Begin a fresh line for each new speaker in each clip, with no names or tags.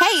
Hey,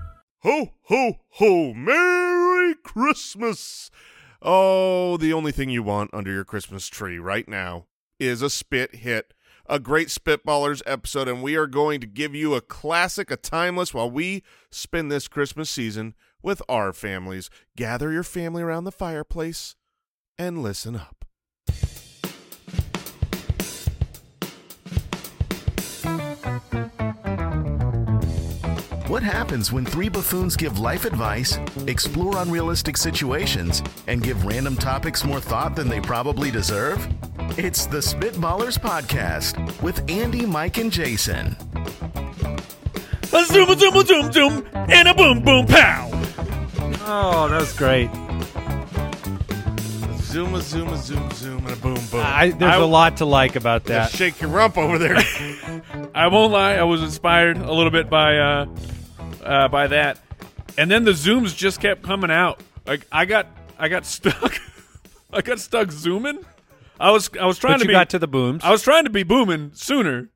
Ho, ho, ho. Merry Christmas. Oh, the only thing you want under your Christmas tree right now is a spit hit, a great Spitballers episode, and we are going to give you a classic, a timeless, while we spend this Christmas season with our families. Gather your family around the fireplace and listen up.
What happens when three buffoons give life advice, explore unrealistic situations, and give random topics more thought than they probably deserve? It's the Spitballers Podcast with Andy, Mike, and Jason.
A zoom, a zoom, a zoom, zoom, and a boom, boom, pow.
Oh, that was great.
Zoom, a zoom, a zoom, zoom, and a boom, boom.
I, there's a lot to like about
Yeah,
that.
Shake your rump over there.
I won't lie, I was inspired a little bit by uh, uh, by that, and then the zooms just kept coming out. Like I got, I got stuck. I got stuck zooming. I was, I was trying
But
to
you
be.
got to the booms.
I was trying to be booming sooner,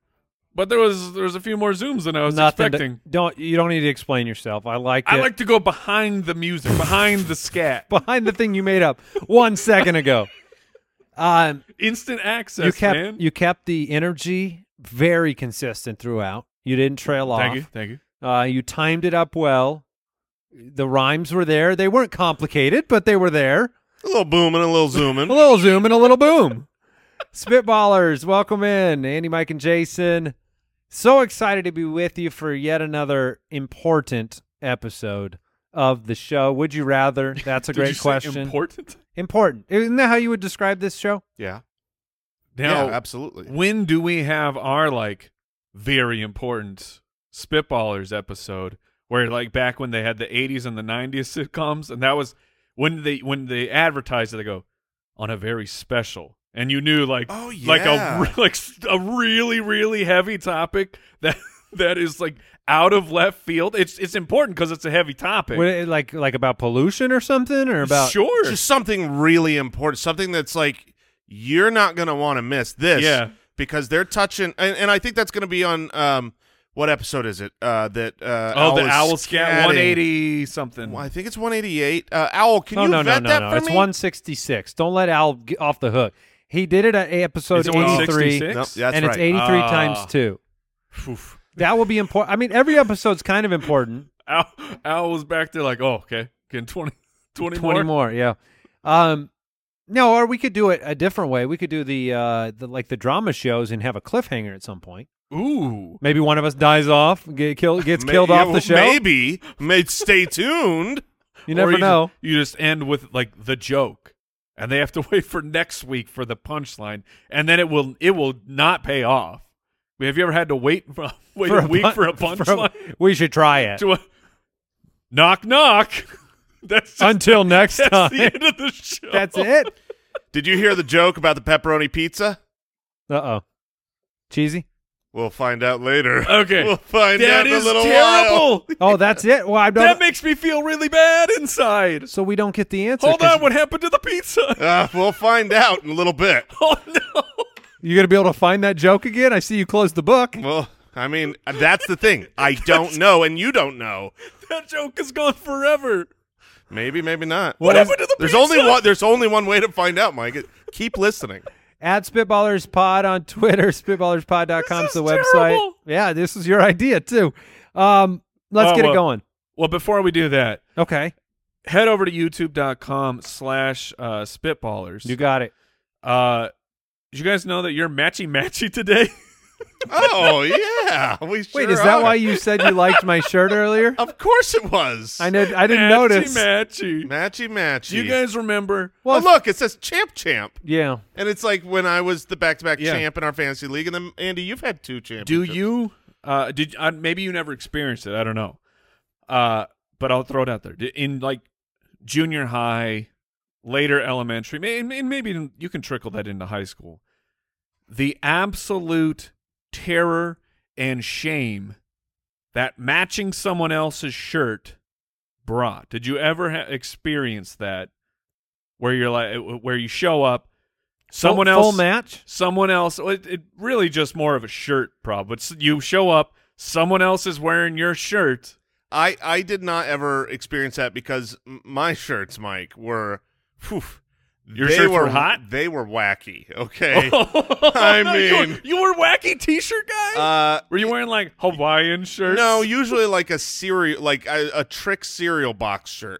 but there was there was a few more zooms than I was
Nothing. to-
expecting.
don't you don't need to explain yourself. I liked it.
I like to go behind the music, behind the scat,
behind the thing you made up one second ago. Um,
instant access.
you kept
man.
you kept the energy very consistent throughout. You didn't trail off.
thank you, thank you.
Uh, you timed it up well. The rhymes were there. They weren't complicated, but they were there.
a little booming, a little
A
zooming.
little zoom and a little boom. Spitballers, welcome in. Andy, Mike, and Jason. So excited to be with you for yet another important episode of the show. Would you rather? That's a
Did you
great
say
question.
Important.
important. Isn't that how you would describe this show?
Yeah.
Now,
yeah, absolutely.
when do we have our like very important spitballers episode where like back when they had the 80s and the 90s sitcoms and that was when they when they advertised it they go on a very special and you knew like
Oh,
like a
yeah.
re- like s- a really really heavy topic that that is like out of left field it's it's important cuz it's a heavy topic
Would it- like like about pollution or something or about
sure
It's just something really important, something that's like you're not going to want to miss this.
Yeah.
Because they're touching, and, and I think that's going to be on um, what episode is it? Uh, that uh,
oh the
is
owl scat
scatting.
180 something
Well, I think it's 188. Uh, owl, can
Oh
you
no no
vet
no
that
no!
for
It's
me?
166. Don't let Al get off the hook. He did it at episode
Is it
83,
Nope,
166?
that's
and it's
right.
83
Ah.
times two.
Oof.
That will be important. I mean, every episode's kind of important.
Al, Al was back there like, oh, okay, getting 20, 20,
20
more.
more, yeah. Um, no, or we could do it a different way. We could do the uh, the like the drama shows and have a cliffhanger at some point.
Ooh.
Maybe one of us dies off, get killed, gets
May-
killed
yeah,
off the
well,
show.
Maybe. May- stay tuned.
You
Or
never know.
Just, you just end with like the joke, and they have to wait for next week for the punchline, and then it will it will not pay off. I mean, Have you ever had to wait for, wait a, week
pun-
for a punchline?
we should try it
To a, knock knock. That's just,
until next
that's Oh.
time.
the end of the show.
That's it.
Did you hear the joke about the pepperoni pizza?
Uh oh, cheesy.
We'll find out later.
Okay.
We'll find out
That
in a
is
little while.
terrible.
Oh, that's it. Well, I don't.
That makes me feel really bad inside.
so we don't get the answer.
Hold
'cause
on, what happened to the pizza?
Uh, we'll find out in a little bit.
Oh no.
You're gonna be able to find that joke again. I see you closed the book.
Well, I mean, that's the thing. I don't know, and you don't know.
That joke is gone forever.
Maybe, maybe not.
What happened to the
There's
pizza?
only one. There's only one way to find out, Mike. It- Keep listening.
At Spitballers Pod on Twitter, spitballerspod.com is the
This is
website.
terrible.
Yeah, this is your idea too. Um, let's
Oh,
get
well.
it going.
Well, before we do that,
Okay,
head over to youtube.com slash uh, spitballers.
you got it.
uh, did you guys know that you're matchy matchy today?
Oh yeah, we sure
Wait, is that
are.
why you said you liked my shirt earlier?
Of course it was.
I know I didn't
matchy
notice.
matchy.
Matchy matchy.
Do you guys remember?
Well,
Well,
look, it says champ champ,
Yeah,
and it's like when I was the back-to-back
Yeah.
champ in our fantasy league, and then Andy, you've had two championships.
Do you? Uh, did uh, maybe you never experienced it? I don't know. Uh, but I'll throw it out there. D- In like junior high, later elementary, may- may- maybe you can trickle that into high school. The absolute terror and shame that matching someone else's shirt brought. Did you ever ha- experience that? Where you're like, where you show up, someone
full,
else
full match.
someone else it, it really just more of a shirt problem but s- you show up someone else is wearing your shirt
I I did not ever experience that because m- my shirts, Mike, were phew,
Your
they
shirts
were
were hot? Oh,
They were wacky. Okay.
i you
mean-
were, you were wacky t-shirt guy
uh,
were you wearing like hawaiian shirts
no, usually like a cereal, like a, a trick cereal box shirt.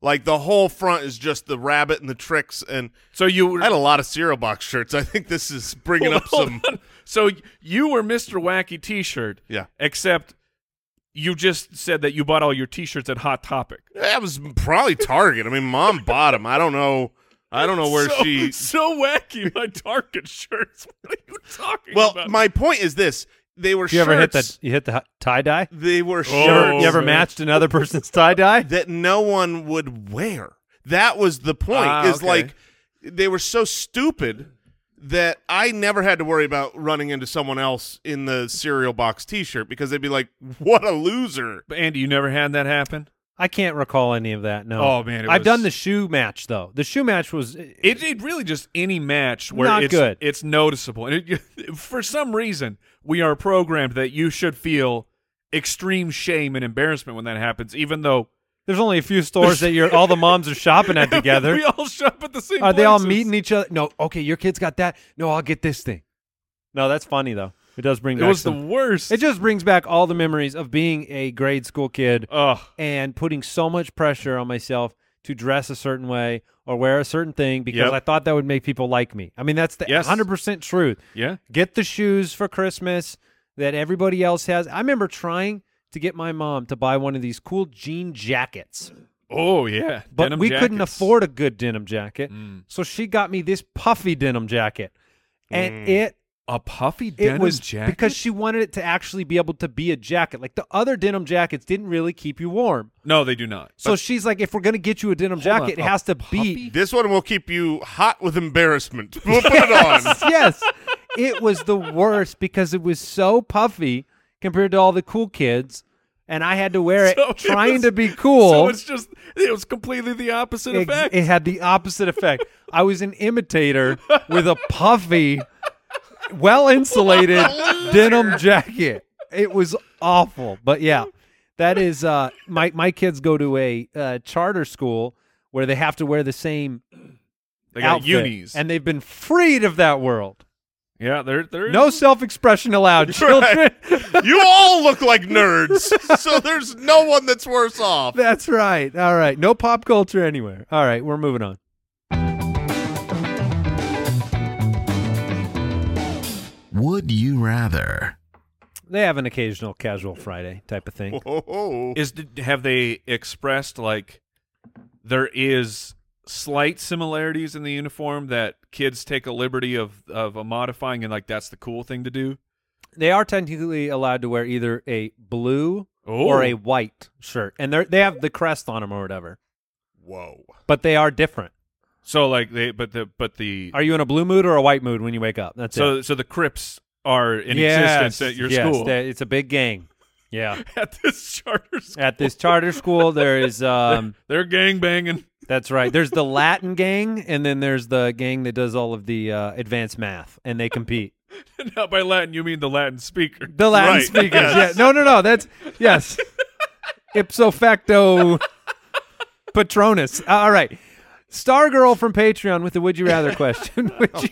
Like the whole front is just the rabbit and the tricks, and
so you
I
were
had a lot of cereal box shirts. I think this is bringing up
Hold
some.
on. so you were mr wacky t-shirt
Yeah,
except you just said that you bought all your t-shirts at hot topic
that was probably Target. I mean, mom bought 'em. I don't know. I don't know where
so,
she
so wacky my target shirts what are you talking
Well,
about
my point is this: they were
You
shirts.
ever hit that? You hit the tie dye?
They were
Oh,
you ever,
shirts
you ever
man.
matched another person's tie dye?
that no one would wear. That was the point.
Ah,
is
okay.
like they were so stupid that I never had to worry about running into someone else in the cereal box T-shirt because they'd be like, "What a loser!"
But andy you never had that happen
I can't recall any of that. No.
Oh, man, it
I've
was-
done the shoe match though. The shoe match was
It, it really just any match where
Not
it's
good.
it's noticeable, and it, for some reason we are programmed that you should feel extreme shame and embarrassment when that happens, even though
There's only a few stores that you're all the moms are shopping at together.
we all shop at the same.
Are they all
places.
meeting each other? No. Okay, your kid's got that. No, I'll get this thing. No, that's funny though. It does bring
It
back
was the
some-
worst.
It just brings back all the memories of being a grade school kid
Ugh.
and putting so much pressure on myself to dress a certain way or wear a certain thing because
Yep.
I thought that would make people like me. I mean, that's the
Yes.
100% truth.
Yeah.
Get the shoes for Christmas that everybody else has. I remember trying to get my mom to buy one of these cool jean jackets,
Oh yeah.
but
Denim
we couldn't
jackets.
afford a good denim jacket.
Mm.
So she got me this puffy denim jacket. And it
a puffy
it
denim
was
jacket
because she wanted it to actually be able to be a jacket. Like the other denim jackets didn't really keep you warm.
no, they do not.
So she's like, if we're gonna get you a denim
Hold on,
jacket, it
a
has to
puppy?
be
This one will keep you hot with embarrassment. We'll put it on.
yes. It was the worst because it was so puffy compared to all the cool kids, and I had to wear it
So it
trying
was-
to be cool.
So it's just it was completely the opposite
Ex-
effect.
It had the opposite effect. I was an imitator with a puffy, well insulated denim jacket. It was awful. But yeah, that is uh, my my kids go to a uh, charter school where they have to wear the same
they got
outfit,
unis.
and they've been freed of that world.
yeah, they're they're
No self expression allowed, children.
Right. You all look like nerds, so there's no one that's worse off.
That's right. All right, no pop culture anywhere. All right, we're moving on.
Would you rather?
They have an occasional casual Friday type of thing.
Whoa.
is did- have they expressed like there is slight similarities in the uniform that kids take a liberty of of a modifying and like that's the cool thing to do
they are technically allowed to wear either a blue or a white shirt, and they they have the crest on them or whatever.
Whoa.
But they are different.
so like they but the but the
Are you in a blue mood or a white mood when you wake up? That's
so
it.
so the crips are in existence at your
yes,
school
they- it's a big gang. Yeah,
at this charter school
at this charter school there is um.
they're gang banging
That's right. There's the Latin gang, and then there's the gang that does all of the uh, advanced math, and they compete.
not by latin you mean the latin speaker
The Latin
Right,
speakers.
yes.
Yeah. No, no, no. That's yes. Ipso facto Patronus. All right. Stargirl from Patreon with the would you rather question. would, you,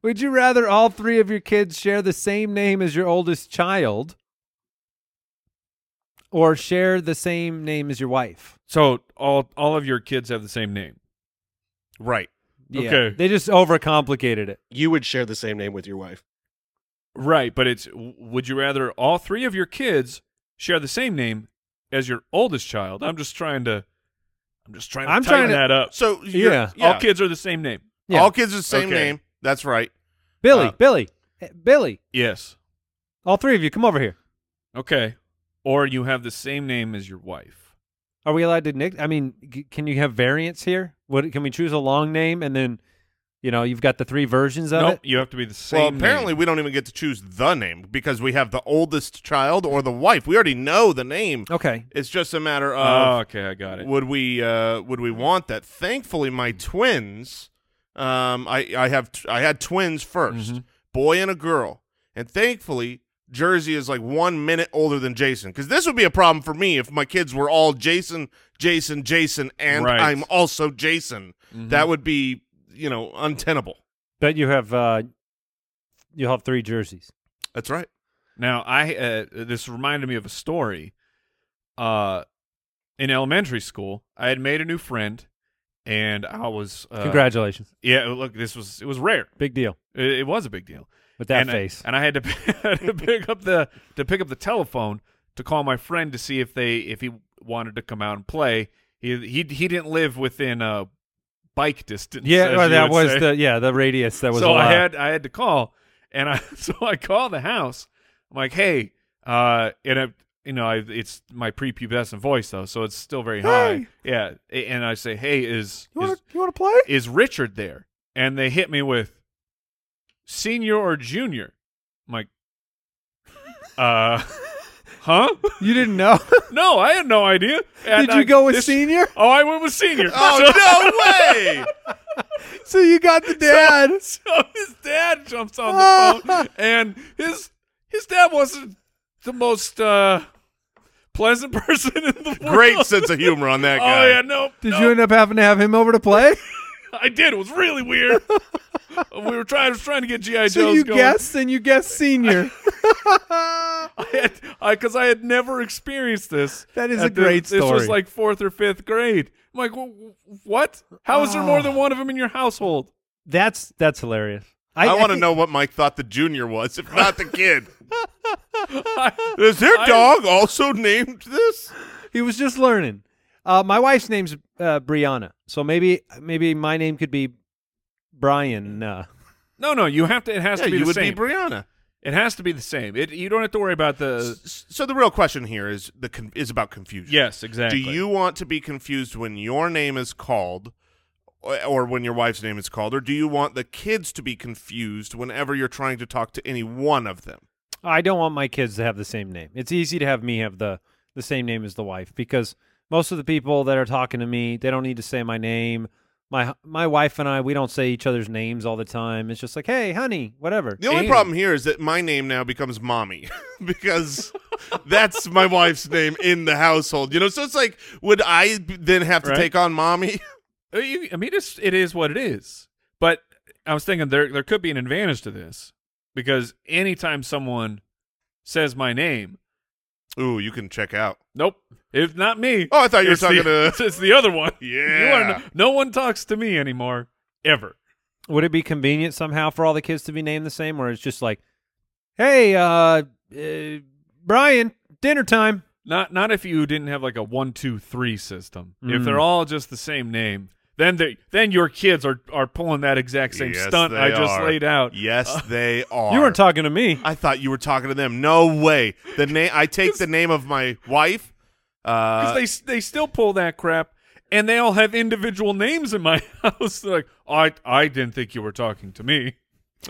would you rather all three of your kids share the same name as your oldest child or share the same name as your wife?
so all all of your kids have the same name
Right.
Yeah.
Okay.
They just overcomplicated it.
You would share the same name with your wife.
Right, but it's w- would you rather all three of your kids share the same name as your oldest child? I'm just trying to I'm just trying to
I'm trying
tighten
to-
that up.
So you're-
Yeah.
All kids are the same name.
Yeah.
All kids are the same
Okay.
name. That's right.
Billy,
uh,
Billy, eh, Billy,
Yes.
all three of you come over here.
Okay. Or you have the same name as your wife.
Are we allowed to nick? I mean, g- can you have variants here? What can we choose a long name and then, you know, you've got the three versions of
Nope,
it.
you have to be the same.
Well, apparently
name.
we don't even get to choose the name because we have the oldest child or the wife. We already know the name.
Okay.
It's just a matter
Oh,
of
okay, I got it.
would we uh, would we want that? Thankfully, my twins, um, I I have t- I had twins 1st
Mm-hmm.
boy and a girl, and thankfully Jersey is like one minute older than Jason because this would be a problem for me if my kids were all Jason, Jason, Jason, and
Right.
I'm also Jason.
Mm-hmm.
That would be you know untenable.
But you have uh you have three jerseys.
That's right.
Now, I uh, this reminded me of a story. Uh, in elementary school, I had made a new friend, and I was uh,
Congratulations.
Yeah, look, this was it was rare.
Big deal
It, it was a big deal.
with that
and,
face.
and I had to, to pick up the to pick up the telephone to call my friend to see if they if he wanted to come out and play. He he he didn't live within uh, bike distance.
yeah,
as
well,
you
that
would
was
say
the yeah, the radius that was
so I
allowed.
had I had to call, and I so I call the house. I'm like, hey, uh, and I, you know, I, it's my prepubescent voice though, so it's still very high. Yeah, a- and I say, hey, is is,
you want to play?
is Richard there? And they hit me with senior or junior. I'm like, uh, huh?
You didn't know?
No, I had no idea. And
Did you
I-
go with
this-
senior?
Oh, I went with senior. So-
Oh no way!
So you got the dad.
So his dad jumps on the phone, and his his dad wasn't the most uh, pleasant person in the world.
Great sense of humor on that
Oh
guy.
yeah, no.
Did
no.
you end up having to have him over to play?
I did. It was really weird. we were trying, I was trying to get GI
so
Joes
you
going.
guessed and you guessed senior.
I had because I, had never experienced this.
That is
at
a great
This
story.
was like fourth or fifth grade. I'm like, "Wh- wh- what? How is there more than one of them in your household?
that's that's hilarious.
I, want to
think-
know what Mike thought the junior was, if not the kid.
I-
Is their
I-
dog also named this?
He was just learning. Uh, my wife's name's uh, Brianna, so maybe maybe my name could be Brian. Uh,
no, no. You have to. It has to
you
be the
would
same.
be Brianna.
it has to be the same. It. You don't have to worry about the.
S- So the real question here is the con- is about confusion.
Yes, exactly.
Do you want to be confused when your name is called, or- or when your wife's name is called, or do you want the kids to be confused whenever you're trying to talk to any one of them?
I don't want my kids to have the same name. It's easy to have me have the the same name as the wife because most of the people that are talking to me, they don't need to say my name. My my wife and I, we don't say each other's names all the time. It's just like, hey, honey, whatever.
The only
And-
problem here is that my name now becomes mommy because that's my wife's name in the household. You know, so it's like, would I b- then have to
Right.
take on mommy?
Uh, you- I mean, it's, it is what it is. But I was thinking there there could be an advantage to this because anytime someone says my name,
Ooh, you can check out.
nope, it's not me.
Oh, I thought you were
It's the-
talking to-
it's- It's the other one. You
Yeah.
are n- no one talks to me anymore, ever.
Would it be convenient somehow for all the kids to be named the same, where it's just like, hey, uh, uh Brian, dinner time?
Not not if you didn't have like a one two three system. If
Mm.
they're all just the same name, then they then your kids are are pulling that exact same
Yes,
stunt I
they
just
are.
laid out. Uh,
Yes, they are.
You weren't talking to me.
I thought you were talking to them. No way. The name. I take the name of my wife. Uh,
because they s- they still pull that crap, and they all have individual names in my house. They're like, I I didn't think you were talking to me.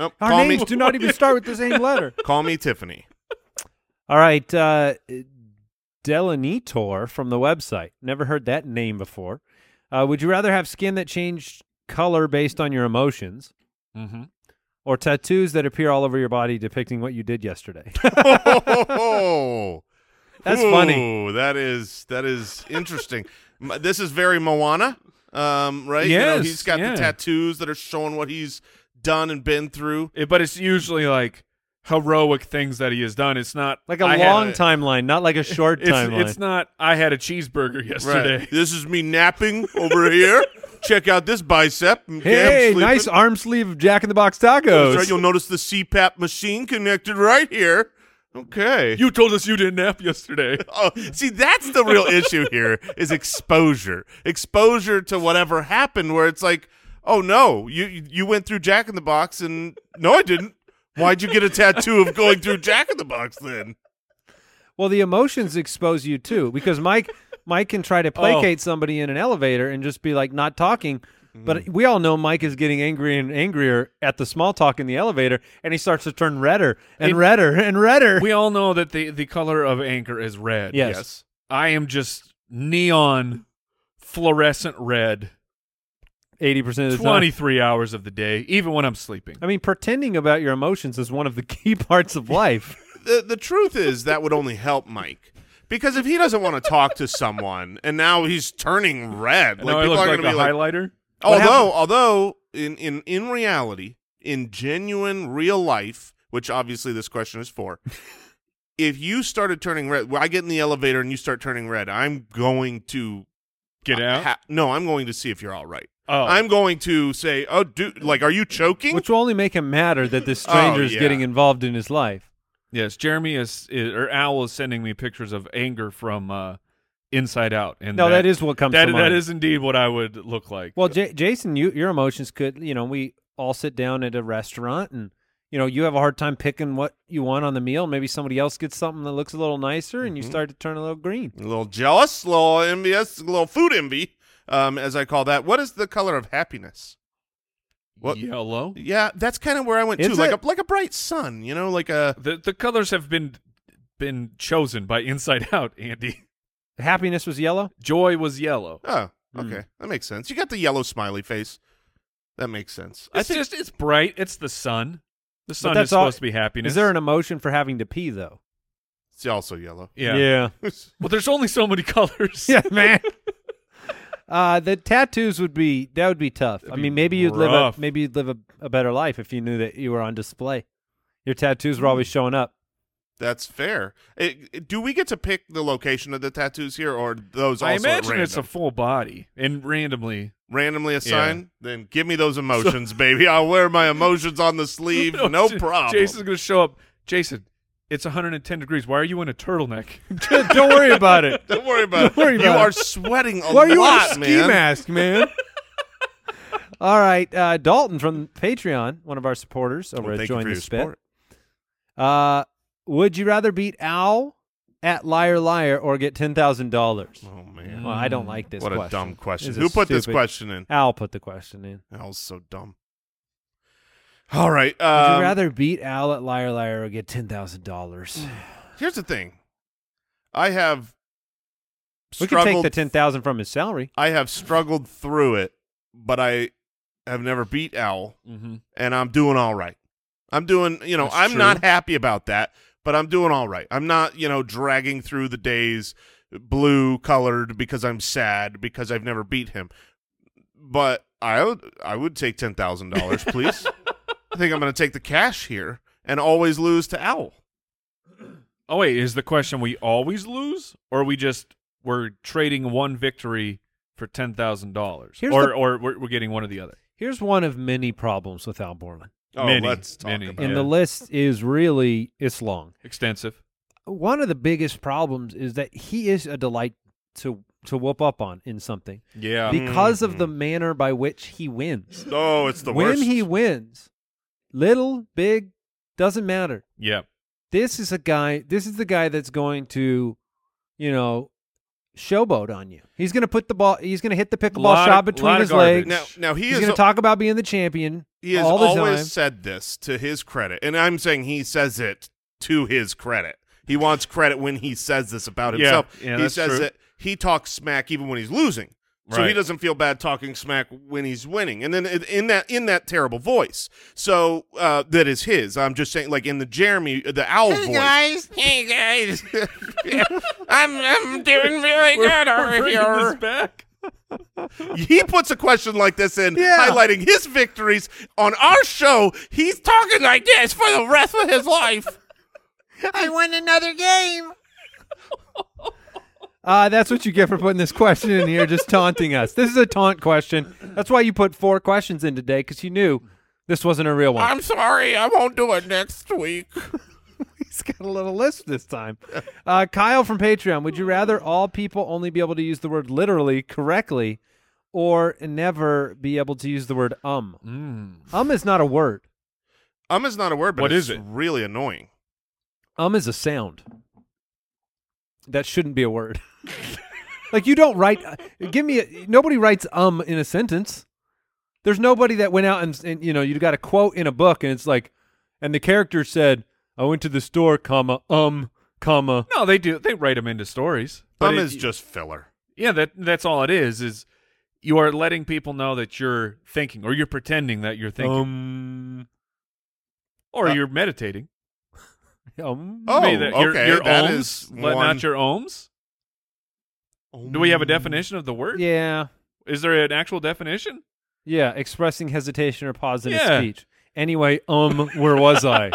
oh,
Our
call
names
me.
do not even start with the same letter.
call me Tiffany.
All right, uh, Delanitor from the website. Never heard that name before. Uh, would you rather have skin that changed color based on your emotions,
Mm-hmm.
or tattoos that appear all over your body depicting what you did yesterday?
Oh,
That's funny.
Ooh, That is that is interesting. M- this is very Moana, um, right? you know,
Yes,
he's got
yeah.
the tattoos that are showing what he's done and been through.
but it's usually like heroic things that he has done. It's not
Like a
I had
long timeline, not like a short
It's,
timeline.
it's not. I had a cheeseburger yesterday.
Right. This is me napping over here. Check out this bicep.
hey,
Damn,
nice
sleeping.
arm sleeve of Jack in the Box
That's
tacos.
right. You'll notice the CPAP machine connected right here. Okay.
You told us you didn't nap yesterday.
Oh, see, that's the real issue here is exposure. Exposure to whatever happened where it's like, oh no, you you went through Jack in the Box and no, I didn't. Why'd you get a tattoo of going through Jack in the Box then?
Well, the emotions expose you too, because Mike Mike can
Oh.
try to placate somebody in an elevator and just be like not talking.
Mm-hmm.
But we all know Mike is getting angrier and angrier at the small talk in the elevator, and he starts to turn redder and
It-
redder and redder.
We all know that the the color of anger is red.
Yes.
I am just neon fluorescent red
Eighty percent of the time.
23 hours of the day, even when I'm sleeping.
I mean, pretending about your emotions is one of the key parts of life.
the the truth is that would only help Mike because if he doesn't want to talk to someone and now he's turning red,
now I
people are
look like
going
a
to be like, "Oh,
highlighter.
although although in in in reality, in genuine real life, which obviously this question is for. If you started turning red, well, I get in the elevator and you start turning red. I'm going to
Get out.
ha- no, I'm going to see if you're all right.
oh.
I'm going to say, "Oh, dude, like, are you choking?"
Which will only make him madder that this stranger
Oh,
is
yeah.
getting involved in his life.
yes, Jeremy is, is or Owl is sending me pictures of anger from uh, Inside Out and
No, that is what comes
that,
to
that
mind.
is indeed what I would look like.
Well, J- Jason, you, your emotions could, you know, we all sit down at a restaurant and, you know, you have a hard time picking what you want on the meal. Maybe somebody else gets something that looks a little nicer and you start to turn a little green.
A little jealous, a little envious, a little food envy, um, as I call that. What is the color of happiness? What? Yeah,
yellow.
that's kind of where I went
Is
too. Like
it?
a like a bright sun, you know, like a
The the colors have been been chosen by Inside Out, Andy.
Happiness was yellow.
Joy was yellow.
oh, okay, that makes sense. You got the yellow smiley face. That makes sense.
It's just it's bright. It's the sun. The sun
but that's
is
all-
supposed to be happiness.
Is there an emotion for having to pee though?
It's also yellow.
yeah.
Yeah.
Well, there's only so many colors.
yeah, man. Uh, the tattoos would be that would be tough. I
be
mean, maybe you'd live
rough.
a, maybe you'd live a, a better life if you knew that you were on display. Your tattoos were always showing up.
That's fair. It- it- do we get to pick the location of the tattoos here, or those? Also
I
at
imagine it's a
random?
full body and randomly.
randomly assigned. Then give me those emotions, baby. I'll wear my emotions on the sleeve. No,
J-
problem.
Jason's gonna show up. Jason, it's 110 degrees. Why are you in a turtleneck?
Don't worry about it.
Don't worry about it.
worry
you
about
are
it.
sweating a
Why are
lot,
you on a ski
man.
mask, man? All right, uh, Dalton from Patreon, one of our supporters over
Well,
at
thank you
Join
for
the
your
Spit.
support.
Uh, would you rather beat Owl at Liar Liar or get ten thousand dollars?
Oh man,
Well, I don't like this.
what
question.
a dumb question.
This is
Who put this
stupid.
question in?
Al put the question in.
That was so dumb. All right.
Would
Um,
you rather beat Al at Liar Liar or get ten thousand dollars?
Here's the thing. I have
We could take
struggled.
the ten thousand from his salary.
I have struggled through it, but I have never beat Owl,
mm-hmm.
and I'm doing all right. I'm doing. You know,
That's
I'm
true.
not happy about that, but I'm doing all right. I'm not. You know, dragging through the days blue colored because I'm sad because I've never beat him. but I would I would take ten thousand dollars, please. I think I'm going to take the cash here and always lose to Owl.
Oh wait, is the question we always lose, or we just we're trading one victory for ten thousand dollars,
Here's
or
the-
or we're, we're getting one or the other?
Here's one of many problems with Al Borland,
Oh,
Many,
let's talk
many.
about
and
Yeah.
the list is really it's long.
Extensive.
One of the biggest problems is that he is a delight to to whoop up on in something
Yeah.
because of the manner by which he wins.
it. Oh, Mm-hmm. it's the
when
worst.
he wins, little, big, doesn't matter.
yeah.
This is a guy. This is the guy that's going to, you know, showboat on you. He's going to put the ball. He's going to hit the pickleball
Lot of-
shot between
lot of
his legs.
garbage.
now, now he
he's
is
going to talk about being the champion
he has
all the
always
time.
said this to his credit, and I'm saying he says it to his credit. He wants credit when he says this about
Yeah,
himself.
yeah,
he
that's
says
true.
that he talks smack even when he's losing. So he
Right.
doesn't feel bad talking smack when he's winning, and then in- in that in that terrible voice, so uh, that is his. I'm just saying, like in the Jeremy uh, the owl voice.
Hey guys, I'm I'm doing really good over
bringing
here.
this back.
He puts a question like this in,
Yeah.
highlighting his victories on our show. He's talking like this for the rest of his life.
I won another game.
Uh, that's what you get for putting this question in here, just taunting us. This is a taunt question. That's why you put four questions in today because you knew this wasn't a real one.
I'm sorry, I won't do it next week.
He's got a little list this time. Uh, Kyle from Patreon, would you rather all people only be able to use the word literally correctly or never be able to use the word um? Um is not a word,
Um is not a word, but
What
it's
is it?
really annoying.
um is a sound. That shouldn't be a word. Like you don't write. Give me. A, nobody writes um in a sentence. There's nobody that went out and, and you know you got a quote in a book and it's like, and the character said, "I went to the store, comma um, comma."
No, they do. They write them into stories.
Thumb
it-
Um is just filler.
yeah. That that's all it is. Is you are letting people know that you're thinking, or you're pretending that you're thinking,
Um,
or
uh,
you're meditating.
um.
Oh,
I mean, that- your,
okay,
Your
that
ohms,
is
let
one-
not your ohms. Do we have a definition of the word?
Yeah.
Is there an actual definition?
Yeah, expressing hesitation or pause in a
Yeah.
speech. Anyway, um, where was I?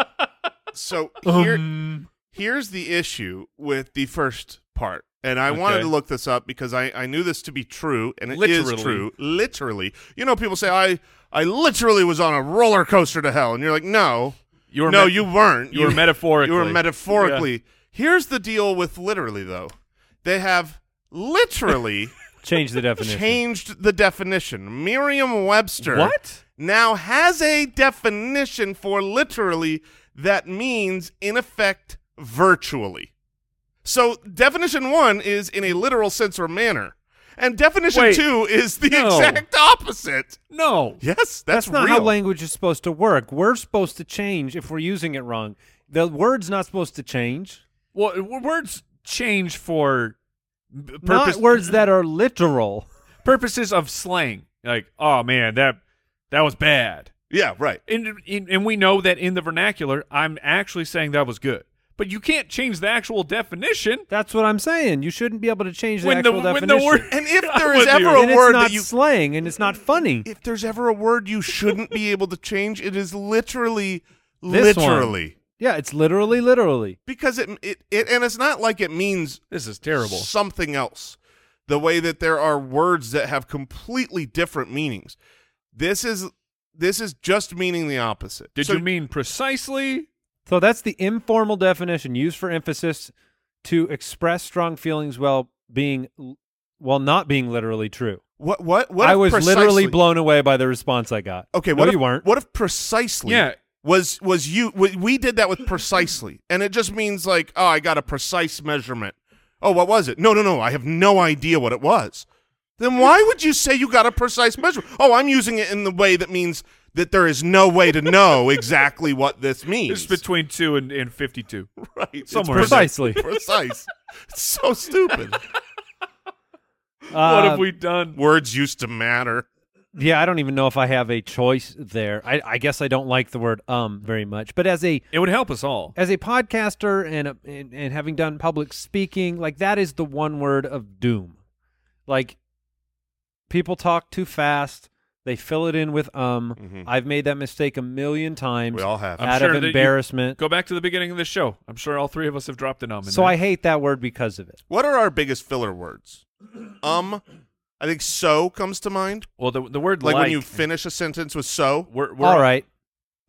So here,
um,
here's the issue with the first part. And I wanted
Okay.
to look this up because I, I knew this to be true, and it is
Literally.
true. Literally. You know, people say, I, I literally was on a roller coaster to hell. And you're like, no.
You were
no,
met-
you weren't.
you were metaphorically.
You were metaphorically. Here's the deal with literally, though. They have literally
change the definition.
changed the definition. Merriam Webster
What?
now has a definition for literally that means, in effect, virtually. So, definition one is in a literal sense or manner. And definition
Wait,
two is the
no.
exact opposite.
No.
Yes, that's,
That's not
real.
how language is supposed to work. We're supposed to change if we're using it wrong. The word's not supposed to change.
Well, w- words change for b- purpose,
Not words that are literal.
purposes of slang. Like, oh man, that that was bad.
yeah, right.
And, and and we know that in the vernacular, I'm actually saying that was good. But you can't change the actual definition
That's what I'm saying. You shouldn't be able to change the
when the
actual
when
definition.
the word
And if
I'm
there is
with you.
ever a
then it's
word
not
that you
slang and it's not funny.
if there's ever a word you shouldn't be able to change, it is literally,
This one.
literally,
Yeah, it's literally, literally.
because it, it it and it's not like it means
This is terrible.
something else. The way that there are words that have completely different meanings. This is this is just meaning the opposite.
Did
So-
you mean precisely?
So that's the informal definition used for emphasis to express strong feelings while being while not being literally true.
what what what?
I
if
was literally
precisely-
blown away by the response I got.
Okay,
no,
what if,
you weren't.
What if precisely?
Yeah.
Was was you? We, we did that with precisely, and it just means like, oh, I got a precise measurement. Oh, what was it? No, no, no. I have no idea what it was. Then why would you say you got a precise measurement? Oh, I'm using it in the way that means that there is no way to know exactly what this means.
It's between two and, and fifty-two.
right It's
somewhere.
Precisely.
precise. It's so stupid.
what
Uh,
have
Um,
we done?
Words used to matter.
Yeah, I don't even know if I have a choice there. I, I guess I don't like the word um very much. But as a
It would help us all.
as a podcaster and, a, and and having done public speaking, like that is the one word of doom. Like people talk too fast. They fill it in with um. I've made that mistake a million times.
Mm-hmm. We all have.
I'm
out
sure
of
that you-
embarrassment.
Go back to the beginning of the show. I'm sure all three of us have dropped an um. in
So
there.
I hate that word because of it.
What are our biggest filler words? Um, I think so comes to mind.
well the the word
like, when you finish a sentence with so.
we're, we're,
All right.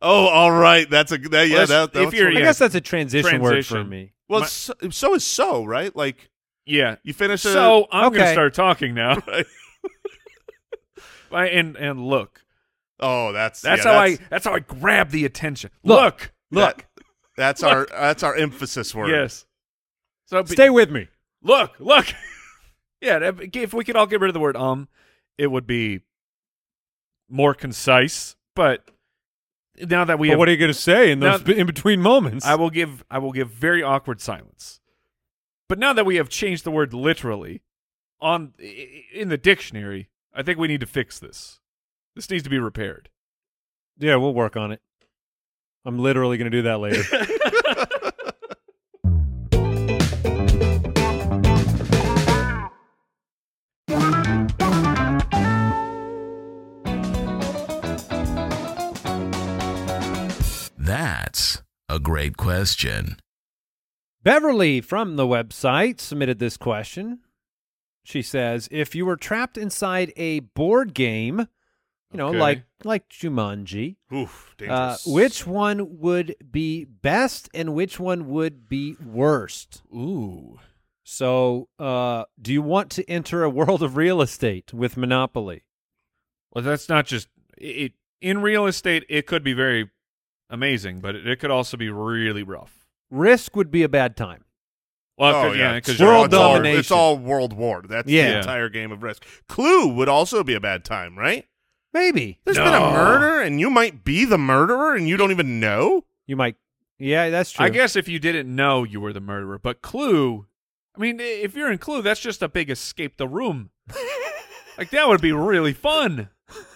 Oh, all right. That's a that, yeah.
Well, that's-
that, that
if
was
you're-
one.
I
yeah.
guess that's a transition, word for
Transition.
me.
well,
my-
so, so is so right. Like
Yeah.
you finish a
So I'm
Okay.
gonna start talking now.
Right.
I- and and look,
Oh, that's
that's
yeah,
how
that's,
I that's how I grab the attention.
Look.
Look,
Look, that's our that's our emphasis word.
yes. So be-
Stay with me.
Look, look. yeah, that- if we could all get rid of the word um, it would be more concise. But now that we have,
you going to say in
those
in between moments?
I will give I will give very awkward silence. But now that we have changed the word literally on i- i- in the dictionary, I think we need to fix this. This needs to be repaired.
yeah, we'll work on it. I'm literally going to do that later.
That's a great question.
Beverly from the website submitted this question. She says, "If you were trapped inside a board game, you know,
Okay.
like like Jumanji,
Oof,
uh,
dangerous.
which one would be best and which one would be worst?"
Ooh.
So, uh, do you want to enter a world of real estate with Monopoly?
Well, that's not just it, it. In real estate, it could be very amazing, but it, it could also be really rough.
Risk would be a bad time.
Well,
Oh,
'cause- yeah,
it's-
because
it's
you're
World
all
all-
dark.
domination.
It's all world war. That's the
Yeah.
entire game of risk. Clue would also be a bad time, right?
Maybe
There's been a murder, and you might be the murderer, and you don't even know.
you might. Yeah, that's true.
I guess if you didn't know you were the murderer, but Clue, I mean, i- if you're in Clue, that's just a big escape the room. like that would be really fun.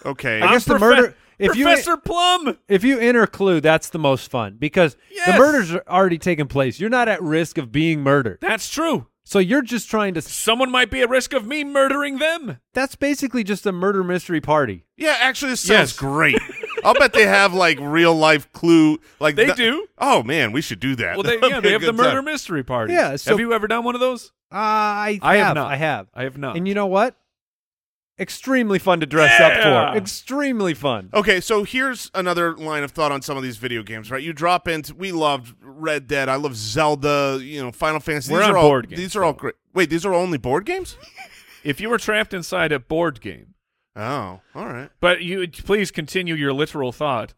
Okay,
I
I'm
guess the
Profe-
murder- if you-
Professor Plum.
if you enter Clue, that's the most fun because
Yes.
the murders are already taken place. You're not at risk of being murdered,
That's true.
so you're just trying to.
Someone might be at risk of me murdering them.
That's basically just a murder mystery party.
yeah, actually, this sounds
Yes.
great. I'll bet they have like real life Clue. Like
They
the-
do.
Oh man, we should do that.
Well, they,
That'd
yeah,
be a
they have the
good
murder
time.
mystery party.
Yeah, so-
have you ever done one of those?
I,
I have not.
I have.
I have not.
And you know what? Extremely fun to dress up
Yeah.
for. Extremely fun.
Okay, so here's another line of thought on some of these video games, right? You drop into we loved Red Dead, I love Zelda, you know, Final Fantasy.
We're
these
on
are all,
board games,
These are all great. Wait, these are only board games?
if you were trapped inside a board game,
Oh, all right.
but you please continue your literal thought.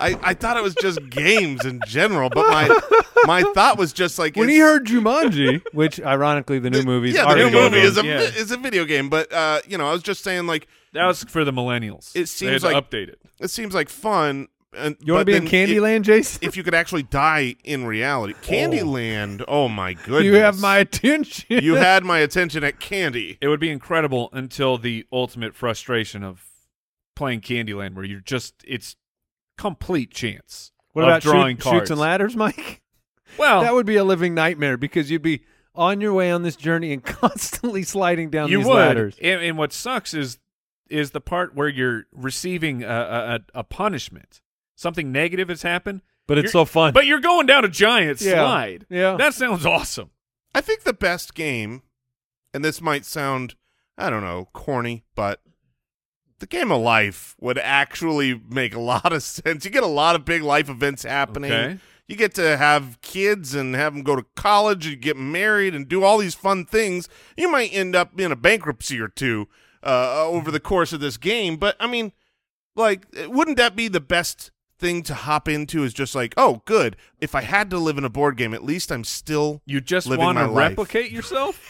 I, I thought it was just games in general, but my my thought was just like
When
it's-
he heard Jumanji, which ironically the new movie's
yeah,
are
the new
video
movie
games.
is a
yeah.
is a video game, but uh, you know, I was just saying like
That was for the millennials.
It seems
they had
like-
to update it.
it seems like fun. And
You want to
but
be in
then it-
Candyland, Jason?
If you could actually die in reality, Candyland. Oh, my goodness!
You have my attention.
you had my attention at Candy.
It would be incredible until the ultimate frustration of playing Candyland, where you're just it's complete chance.
what
of
about shoot-
drawing cards?
shoots and ladders, Mike?
Well,
That would be a living nightmare because you'd be on your way on this journey and constantly sliding down
you
these
would.
ladders.
And, and what sucks is is the part where you're receiving a, a, a- a punishment. Something negative has happened,
But it's
You're-
so fun.
But you're going down a giant
Yeah.
slide.
Yeah.
that sounds awesome.
I think the best game, and this might sound, I don't know, corny, but the game of life would actually make a lot of sense. You get a lot of big life events happening.
Okay.
You get to have kids and have them go to college and get married and do all these fun things. You might end up in a bankruptcy or two uh, over the course of this game, but I mean, like, wouldn't that be the best thing to hop into? Is just like, oh, good. If I had to live in a board game, at least I'm still
You just
Living
want to
my life.
replicate yourself.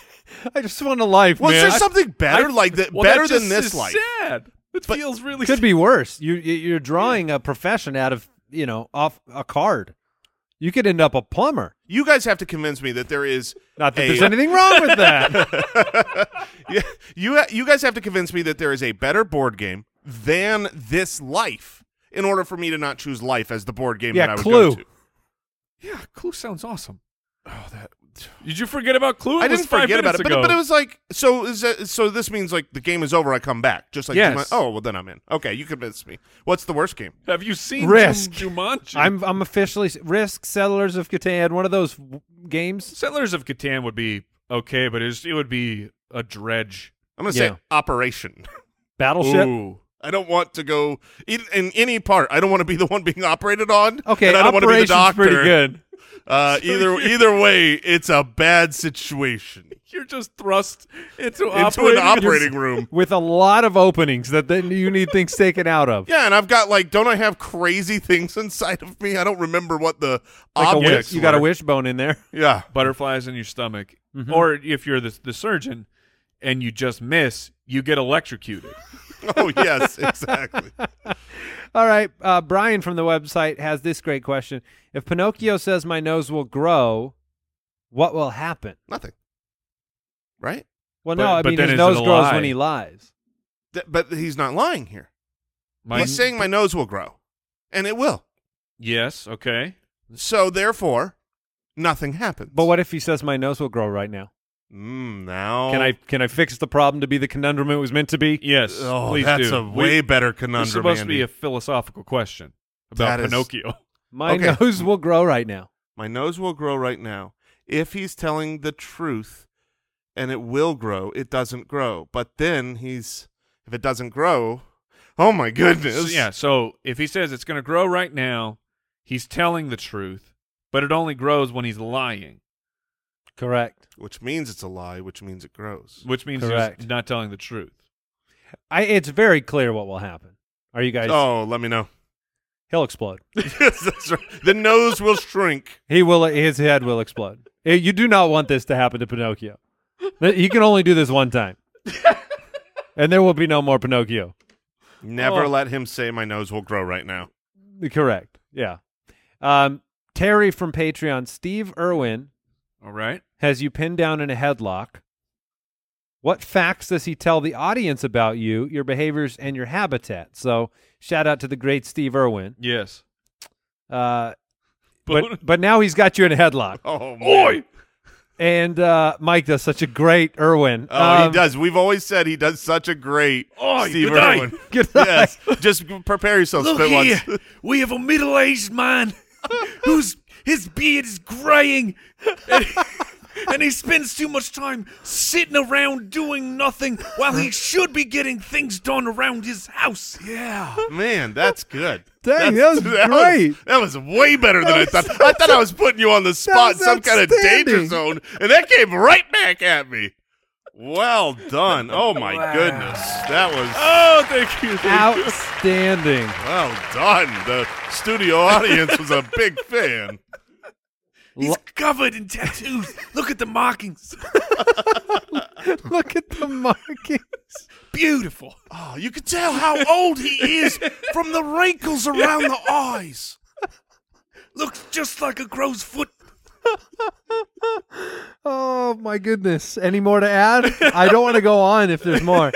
I just want a life,
Was
man.
there something better
I-
like that?
well,
better
that just
than this
is
life?
Sad. It feels really
could be worse. You you- you're drawing a profession out of you know off a card. You could end up a plumber.
You guys have to convince me that there is
Not that
a-
there's anything wrong with that.
Yeah, you you guys have to convince me that there is a better board game than this life in order for me to not choose life as the board game
Yeah,
that I would
Clue.
go to.
Yeah, Clue sounds awesome. Oh, that. Did you forget about Clue? It
I
was
didn't
five
forget about
minutes
it, but,
ago.
but it was like so. Is that, so this means like the game is over. I come back just like
Yes.
Juman- oh well, then I'm in. Okay, you convinced me. What's the worst game?
Have you seen
Risk.
Jum- Jumanji?
I'm I'm officially Risk Settlers of Catan, one of those w- games.
Settlers of Catan would be okay, but it's, it would be a dredge.
I'm gonna
Yeah.
say Operation.
Battleship.
Ooh.
I don't want to go in, in any part. I don't want to be the one being operated on.
Okay,
and I don't want to be the
Operation's
doctor.
pretty good.
Uh, either either way, it's a bad situation.
You're just thrust into,
Into
operating.
an operating room.
With a lot of openings that then you need things taken out of.
Yeah, and I've got like, don't I have crazy things inside of me? I don't remember what the
Like a
objects.
wish, you got a
were.
wishbone in there.
Yeah,
Butterflies in your stomach.
Mm-hmm.
Or if you're the, the surgeon and you just miss, you get electrocuted.
Oh yes, exactly.
All right, uh, Brian from the website has this great question: If Pinocchio says my nose will grow, what will happen?
Nothing. Right?
Well,
But-
no, I
but
mean
then
his
is it
nose
a
grows
lie?
when he lies.
Th- but he's not lying here.
My,
he's saying my nose will grow, and it will.
yes, okay.
So therefore, nothing happens.
But what if he says my nose will grow right now?
Mm, now
Can I can I fix the problem to be the conundrum it was meant to be?
Yes,
Oh,
please
that's
do.
a
We-
way better
This
conundrum.
is supposed to
Andy.
be a philosophical question about
That is-
Pinocchio.
My
Okay.
nose will grow right now.
My nose will grow right now. If he's telling the truth and it will grow, it doesn't grow. But then he's, if it doesn't grow, oh my
So,
goodness.
yeah. So if he says it's going to grow right now, he's telling the truth, but it only grows when he's lying,
Correct.
Which means it's a lie, which means it grows.
which means
Correct.
he's not telling the truth.
I it's very clear what will happen. Are you guys?
Oh, let me know.
He'll explode.
yes, that's right. The nose will shrink.
He will. His head will explode. Eh, You do not want this to happen to Pinocchio. Th- He can only do this one time. and there will be no more Pinocchio.
Never
Oh.
let him say my nose will grow right now.
Correct. Yeah. Um, Terry from Patreon, Steve Irwin
All right.
has you pinned down in a headlock. What facts does he tell the audience about you, your behaviors, and your habitat? So, shout out to the great Steve Irwin.
Yes.
Uh, but but now he's got you in a headlock.
Oh, man.
And uh, Mike does such a great Irwin.
Oh,
Um,
he does. We've always said he does such a great
Oi,
Steve
good day.
Irwin.
Good night.
yes, just prepare yourself. spit once.
we have a middle-aged man whose his beard is graying, and, and he spends too much time sitting around doing nothing while he should be getting things done around his house. Yeah.
Man, that's good.
Dang,
That's-
that was great.
That was, way better than I thought. I thought I was putting you on the spot,
was
some kind of danger
outstanding.
zone, and that came right back at me. Well done. Oh my goodness, that was
Oh, thank you.
Outstanding.
well done. The studio audience was a big fan.
He's covered in tattoos. Look at the markings.
Look at the markings.
Beautiful.
Oh, you could tell how old he is from the wrinkles around the eyes.
Looks just like a crow's foot.
Oh my goodness. Any more to add? I don't want to go on if there's more.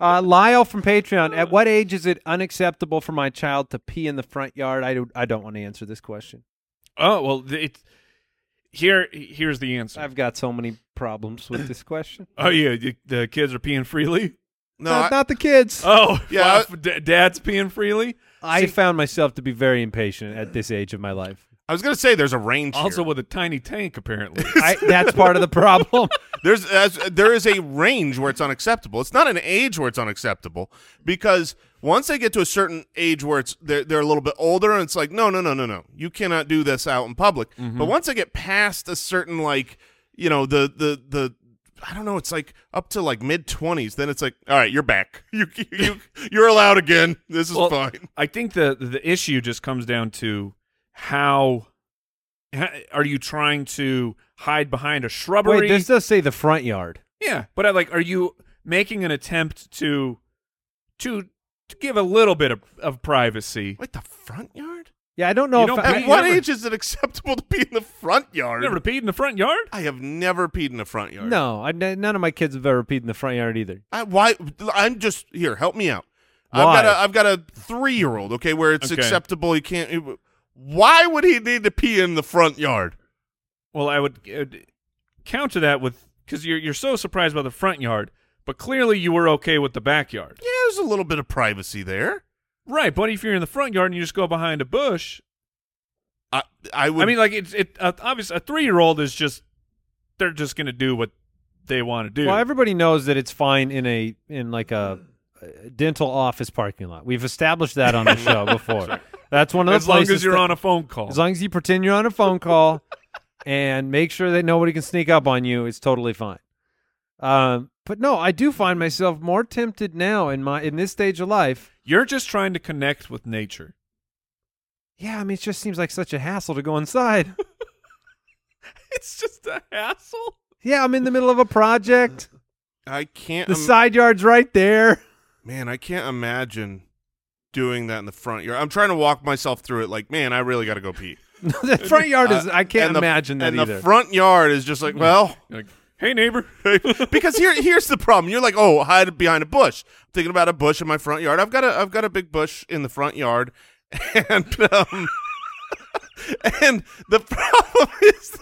Uh, Lyle from Patreon. At what age is it unacceptable for my child to pee in the front yard? I, do, I don't want to answer this question.
Oh well, th- it. Here, here's the answer.
I've got so many problems with this question.
oh yeah, you, the kids are peeing freely.
No,
not,
I-
not the kids.
Oh
Yeah,
wow, d- dad's peeing freely.
I found myself to be very impatient at this age of my life.
I was gonna say there's a range. here.
Also with a tiny tank, apparently.
I, that's part of the problem.
There's as, there is a range where it's unacceptable. It's not an age where it's unacceptable because once they get to a certain age where it's they're, they're a little bit older and it's like no no no no no you cannot do this out in public.
Mm-hmm.
But once they get past a certain like you know the the the I don't know it's like up to like mid twenties then it's like all right you're back you you you're allowed again this is
Well,
fine.
I think the the issue just comes down to how, how are you trying to hide behind a shrubbery?
Wait, this does say the front yard.
yeah, but I like, are you making an attempt to to to give a little bit of, of privacy?
Wait the front yard?
Yeah, I don't know
You
if
don't
I,
pee
At what
never-
age is it acceptable to be in the front yard?
Never peed in the front yard.
I have never peed in the front yard.
No, I, n- none of my kids have ever peed in the front yard either.
I, why? I'm just here. Help me out.
Why?
I've got a I've got a three year old. Okay, where it's
Okay.
acceptable. He can't. he- why would he need to pee in the front yard?
Well, I would uh, counter that with because you're you're so surprised by the front yard, but clearly you were okay with the backyard,
Yeah, there's a little bit of privacy there.
right? But if you're in the front yard and you just go behind a bush,
I I would.
I mean, like it's it uh, obvious a three year old is just they're just gonna do what they want to do.
Well, everybody knows that it's fine in a in like a uh, dental office parking lot. We've established that on the show before. That's one of the
as long
places
as you're
that-
on a phone call.
as long as you pretend you're on a phone call and make sure that nobody can sneak up on you. It's totally fine. Um, but no, I do find myself more tempted now in my in this stage of life.
you're just trying to connect with nature.
Yeah, I mean, it just seems like such a hassle to go inside.
It's just a hassle.
yeah, I'm in the middle of a project.
I can't.
The
im-
side yard's right there.
man, I can't imagine doing that in the front yard. I'm trying to walk myself through it. Like, man, I really got to go pee.
the front yard is.
Uh,
I can't
and the-
imagine that
And
either. Mm.
the front yard is just like, well,
You're like, hey neighbor,
because here here's the problem. You're like, oh, hide behind a bush. I'm thinking about a bush in my front yard. I've got a I've got a big bush in the front yard, and um, and the problem is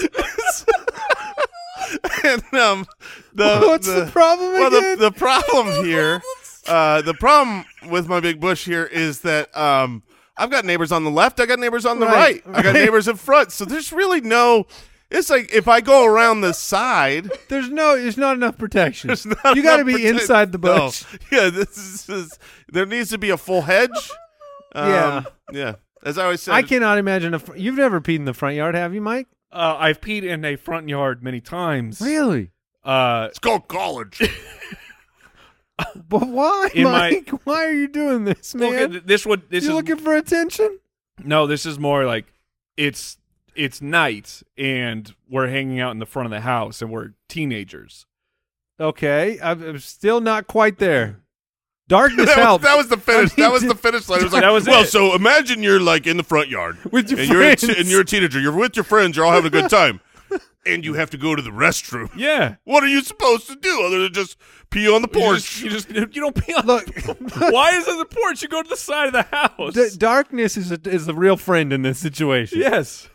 there's- and um, the
What's the problem
Well, the,
again?
the problem here, uh, the problem with my big bush here is that um, I've got neighbors on the left. I got neighbors on the
Right,
right. I got
right.
neighbors in front. So there's really no. It's like if I go around the side,
There's no, there's not enough protection.
there's not
you got to
enough
be
prote-
inside the
No.
bush.
Yeah, this is, this is- there needs to be a full hedge. Um,
Yeah.
yeah. As I always said,
I cannot imagine. A fr- You've never peed in the front yard, have you, Mike?
uh, I've peed in a front yard many times.
Really?
Uh,
Let's go college.
But why,
In my-
Mike? Why are you doing this, man?
look, this would this
you
is
looking for attention?
no, this is more like it's it's night and we're hanging out in the front of the house and we're teenagers.
Okay, I'm, I'm still not quite there. Darkness
That was,
helped.
that was the finish.
I mean,
that was the finish line. It was like,
That was
well,
it.
so imagine you're like in the front yard
With your
and you're a t-
friends.
and you're a teenager. You're with your friends. You're all having a good time, and you have to go to the restroom.
Yeah.
What are you supposed to do other than just pee on the
You
porch?
just, you just you don't pee on
Look,
Why is it the porch? You go to the side of the house.
d- darkness is a, is the real friend in this situation.
yes.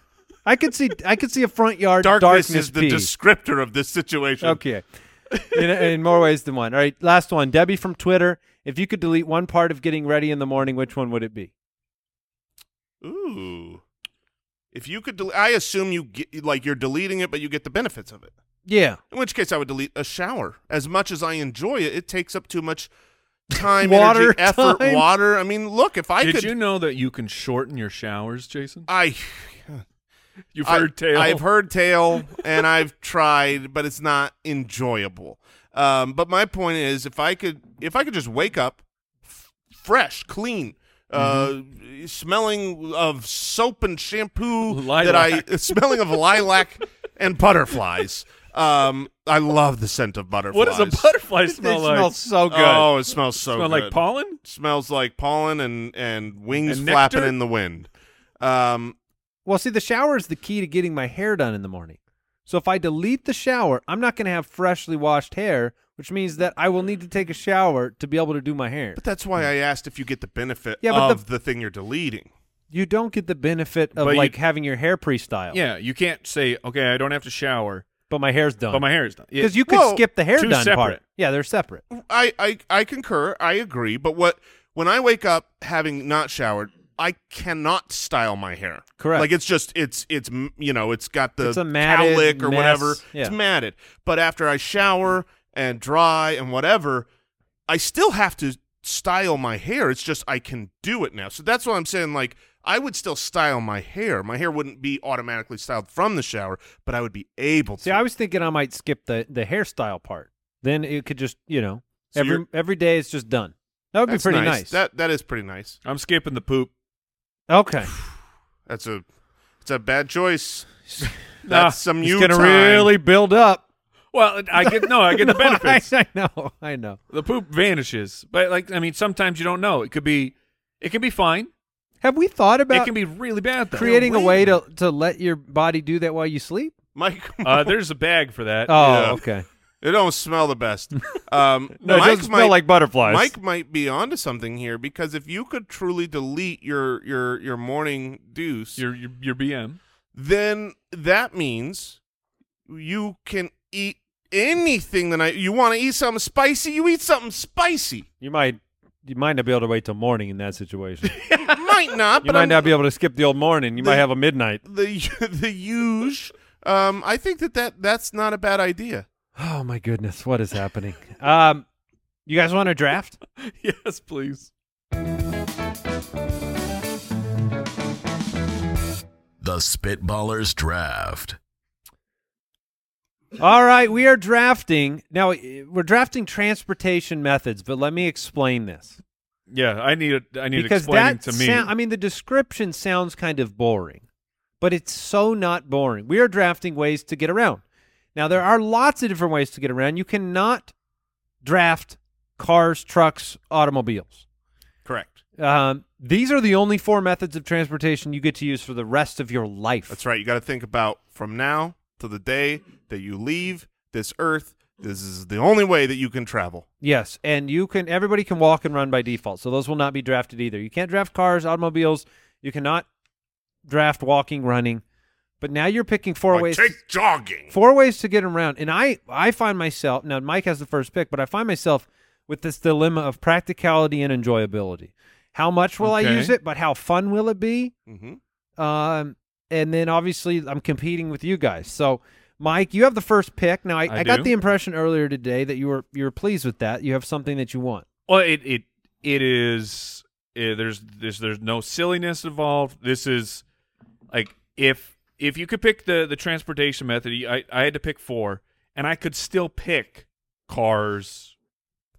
I could see I could see a front yard
darkness, is the
pee.
descriptor of this situation.
Okay. In, in more ways than one. All right, last one. Debbie from Twitter. If you could delete one part of getting ready in the morning, which one would it be?
Ooh. If you could, del- I assume you get, like you're deleting it, but you get the benefits of it.
Yeah.
In which case, I would delete a shower. As much as I enjoy it, it takes up too much time,
Water
energy, effort,
time.
water. I mean, look, if I
Did
could,
you know that you can shorten your showers, Jason?
I,
You've
I-
heard tale.
I've heard tale, and I've tried, but it's not enjoyable. Um, but my point is, if I could, if I could just wake up f- fresh, clean. Uh,
Mm-hmm.
smelling of soap and shampoo that I
Lilac.
smelling of lilac and butterflies. Um, I love the scent of butterflies.
What does a butterfly smell
it
like?
smells so good.
Oh, it smells so
Smell
good.
like pollen?
Smells like pollen and and wings
And
flapping
nectar?
in the wind. Um,
Well, see, the shower is the key to getting my hair done in the morning. So if I delete the shower, I'm not going to have freshly washed hair, which means that I will need to take a shower to be able to do my hair.
but that's why I asked if you get the benefit
Yeah, but
of the, thing you're deleting.
You don't get the benefit of
But you-
like having your hair pre-styled.
Yeah, you can't say, okay, I don't have to shower,
But my hair's done.
but my hair is done. Yeah.
Because you could
Well,
skip the hair
two
done part.
separate.
Yeah, they're separate.
I, I I concur. I agree. But what when I wake up having not showered, I cannot style my hair.
Correct.
Like it's just it's it's m- you know it's got the
It's a matted
cowlick or
mess.
whatever.
Yeah.
It's matted. But after I shower and dry and whatever, I still have to style my hair. It's just I can do it now. So that's what I'm saying. Like I would still style my hair. My hair wouldn't be automatically styled from the shower, but I would be able to.
See, I was thinking I might skip the the hairstyle part. Then it could just, you know,
So
every
you're-
every day it's just done. That would be
That's
pretty nice.
That that is pretty nice.
I'm skipping the poop.
okay.
That's a it's a bad choice.
Nah,
That's some
Ah, It's
you
gonna
time.
really build up.
Well, I get no, I get the
No, I-
benefits.
I know. I know.
The poop vanishes, but like I mean, sometimes you don't know. It could be, it can be fine.
Have we thought about
it can be really bad though.
creating a way to, to let your body do that while you sleep?
Mike.
Uh, there's a bag for that.
Oh,
Yeah.
okay.
it don't smell the best. Um,
No,
Mike
it doesn't smell
might-
like butterflies.
Mike might be onto something here because if you could truly delete your your your morning deuce,
your, your your BM.
then that means you can eat anything that I you want to eat something spicy. You eat something spicy.
you might you might not be able to wait till morning in that situation.
might not,
you
but
might
I'm-
not be able to skip the old morning. You
The-
might have a midnight.
the the huge. Um, I think that, that that's not a bad idea.
Oh my goodness, what is happening? um, you guys want a draft?
yes, please.
The Spitballers Draft.
All right, we are drafting. Now, eh, we're drafting transportation methods, but let me explain this.
Yeah, I need a, I need
because
explaining
that
to me.
sound- I mean, the description sounds kind of boring, but it's so not boring. We are drafting ways to get around. Now, there are lots of different ways to get around. You cannot draft cars, trucks, automobiles.
Correct.
Um, these are the only four methods of transportation you get to use for the rest of your life.
That's right. You got to think about from now to the day that you leave this earth. This is the only way that you can travel.
Yes, and you can. Everybody can walk and run by default, so those will not be drafted either. You can't draft cars, automobiles. You cannot draft walking, running. But now you're picking four
Like,
ways.
take jogging.
four ways to get around, and I I find myself now. Mike has the first pick, but I find myself with this dilemma of practicality and enjoyability. How much will I
Okay.
use it? But how fun will it be?
hmm
Um, and then obviously I'm competing with you guys. So, Mike, you have the first pick. Now I, I,
I
got
do.
the impression earlier today that you were you were pleased with that. You have something that you want.
Well, it it it is. eh, there's there's there's no silliness involved. This is like if if you could pick the the transportation method, you- I I had to pick four, and I could still pick cars,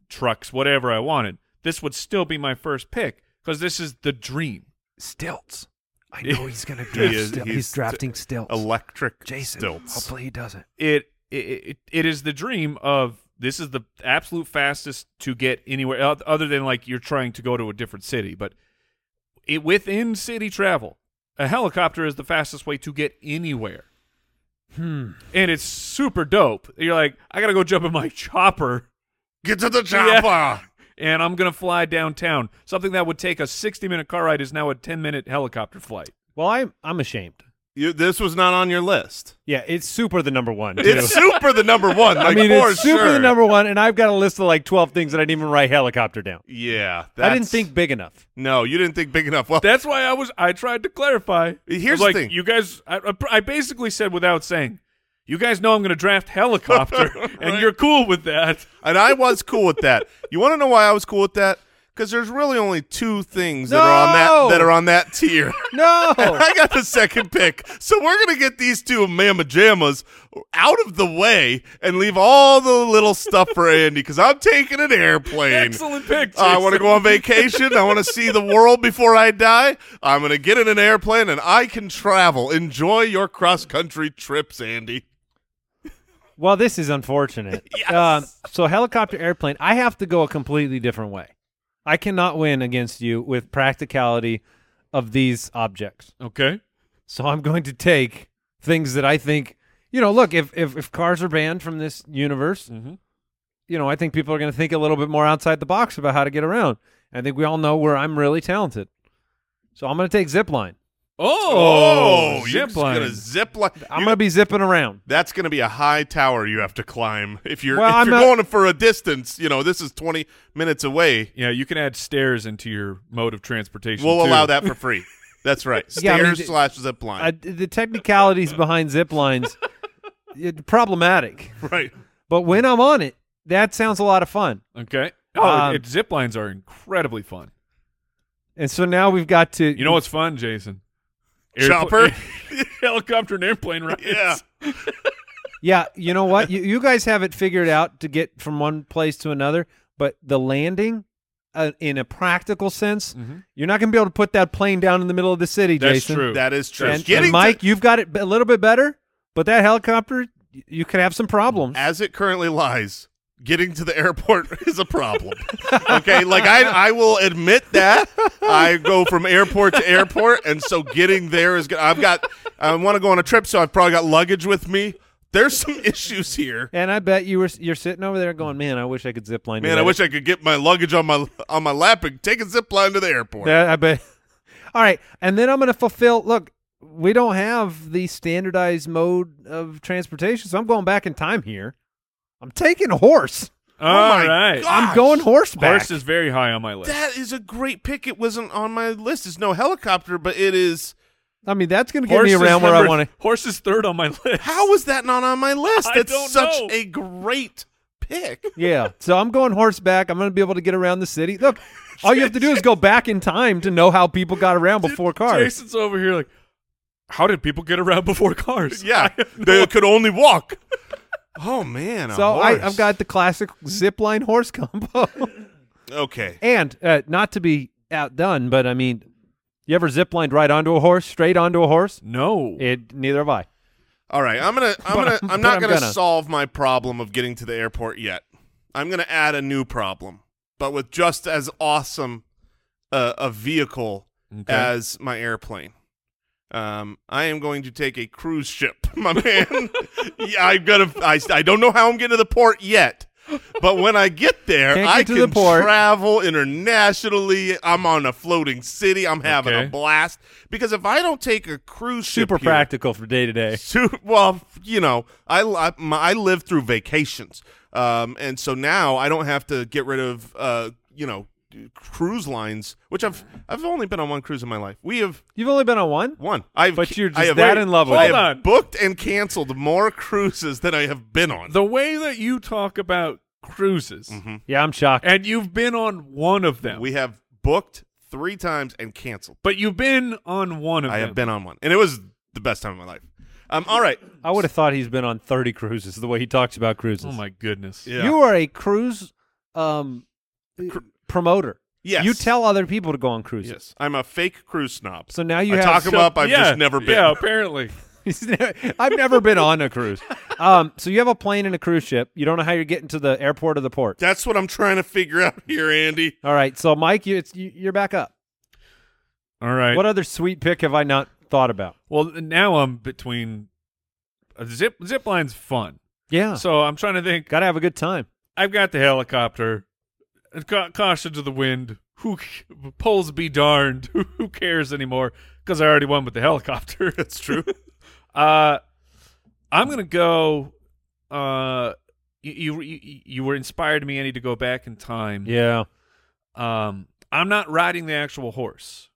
trucks, whatever I wanted. This would still be my first pick because this is the dream.
Stilts. I know he's gonna
He
draft.
is-
still.
he's
He's, drafting stilts.
Electric
Jason,
stilts.
hopefully he doesn't.
it, it it it is the dream of this is the absolute fastest to get anywhere oth- other than like you're trying to go to a different city but it within city travel a helicopter is the fastest way to get anywhere
Hmm.
and it's super dope you're like i gotta go jump in my chopper
Get to the
Yeah.
chopper.
and i'm gonna fly downtown something that would take a 60 minute car ride is now a 10 minute helicopter flight
Well, I'm I'm ashamed.
You, this was not on your list.
Yeah, it's super the number one. too.
It's super the number one.
I
Like,
mean,
for
it's super
sure.
the number one, and I've got a list of like twelve things that I didn't even write helicopter down.
Yeah,
I didn't
that's-
think big enough.
No, you didn't think big enough. Well,
That's why I was. I tried to clarify. I
Here's
was
the
like,
thing.
you guys. I, I- I basically said without saying, you guys know I'm going to draft helicopter, and you're cool with that.
and I was cool with that. You want to know why I was cool with that? Because there's really only two things that are on
No!
that that are on that tier.
No,
I got the second pick, so we're gonna get these two mamma jammas out of the way and leave all the little stuff for Andy because I'm taking an airplane.
Excellent pick.
I want to
Jason.
go on vacation. I want to see the world before I die. I'm going to get in an airplane and I can travel. Enjoy your cross country trips, Andy.
Well, this is unfortunate. Um, so helicopter airplane, I have to go a completely different way. I cannot win against you with practicality of these objects.
Okay.
So I'm going to take things that I think, you know, look, if if, if cars are banned from this universe,
Mhm.
you know, I think people are going to think a little bit more outside the box about how to get around. I think we all know where I'm really talented. So I'm going to take zip line.
Oh,
you're
zip line.
gonna zip line.
I'm going to be zipping around.
That's going to be a high tower you have to climb if you're
Well,
if
I'm
you're
not-
going for a distance. You know, this is 20 minutes away.
yeah, you can add stairs into your mode of transportation.
We'll
too.
allow that for free. That's right.
Yeah, I
Stairs
mean, the-
slash zip line.
I, the technicalities behind zip lines yeah, problematic.
right.
But when I'm on it, that sounds a lot of fun.
Okay. Oh,
Um,
it, zip lines are incredibly fun.
And so now we've got to
You know what's fun, Jason?
Chopper.
helicopter, and airplane rides.
Yeah.
Yeah, you know what? You you guys have it figured out to get from one place to another, but the landing uh, in a practical sense,
Mhm.
you're not going to be able to put that plane down in the middle of the city,
That's
Jason.
true.
That is true.
And,
Getting
and
to-
Mike, you've got it a little bit better, but that helicopter, y- you could have some problems.
as it currently lies, getting to the airport is a problem. okay, like I, I will admit that I go from airport to airport, and so getting there is. go- I've got. I want to go on a trip, so I've probably got luggage with me. There's some issues here,
And I bet you were s- you're sitting over there going, "Man, I wish I could zip line." to
man. I
that
wish I could get my luggage on my on my lap and take a zip line to the airport.
That- I bet. All right, and then I'm going to fulfill. Look, we don't have the standardized mode of transportation, so I'm going back in time here. I'm taking a horse.
All
Oh my
right.
God.
I'm going horseback.
Horse is very high on my list.
that is a great pick. It wasn't on my list. It's no helicopter, but it is.
I mean, that's going to get
Horse
me
is
around where I
number-
want to.
Horse is third on my list.
How is that not on my list?
I
That's
don't
such
know.
a great pick.
Yeah, so I'm going horseback. I'm going to be able to get around the city. Look, all you have to do is go back in time to know how people got around before cars.
Jason's over here like, how did people get around before cars?
Yeah, they could only walk. Oh man! a
So I,
horse.
I've got the classic zip line horse combo.
okay.
And uh, not to be outdone, but I mean, you ever zip lined right onto a horse, straight onto a horse?
No.
It neither have I.
All right, I'm gonna, I'm
But
gonna,
I'm-
I'm
but
not
I'm
gonna,
gonna.
solve my problem of getting to the airport yet. I'm gonna add a new problem, but with just as awesome uh, a vehicle
Okay.
as my airplane. Um, I am going to take a cruise ship, my man. yeah, I'm gonna. I, I don't know how I'm getting to the port yet, but when I get there,
Can't get
I
to
can
the port.
travel internationally. I'm on a floating city. I'm having
Okay.
a blast because if I don't take a cruise ship,
Super
here-
practical for day to day.
Su- well, you know, I I, my, I live through vacations, um, and so now I don't have to get rid of uh, you know cruise lines, which I've I've only been on one cruise in my life. We have
You've only been on one.
one. I've
But you're
I
just
have-
that in love with
I
it.
have
Hold on.
booked and canceled more cruises than I have been on.
the way that you talk about cruises,
Yeah, I'm shocked.
and you've been on one of them,
Mm-hmm. We have booked three times and canceled.
but you've been on one of
I
them.
have been on one, and it was the best time of my life. Um, all right,
I would have thought he's been on 30 cruises. The way he talks about cruises.
Oh my goodness.
Yeah.
You are a cruise um, promoter.
Yes.
You tell other people to go on cruises.
Yes. I'm a fake cruise snob.
So now you
I
have
talk
so-
them up. I've
yeah,
just never been.
Yeah, apparently.
I've never been on a cruise. Um, so you have a plane and a cruise ship. You don't know how you're getting to the airport or the port.
That's what I'm trying to figure out here, Andy.
All right. So Mike, you, it's, you, you're back up.
All right.
What other sweet pick have I not thought about?
well, now I'm between a zip zip line's fun.
Yeah. So
So I'm trying to think.
got to have a good time.
I've got the helicopter. Uh, ca- Caution to the wind. Who c- poles be darned? Who who cares anymore? Because I already won with the helicopter.
That's true.
Uh, I'm gonna go. Uh, you, you you you were inspired me, Andy, to go back in time.
Yeah.
Um, I'm not riding the actual horse,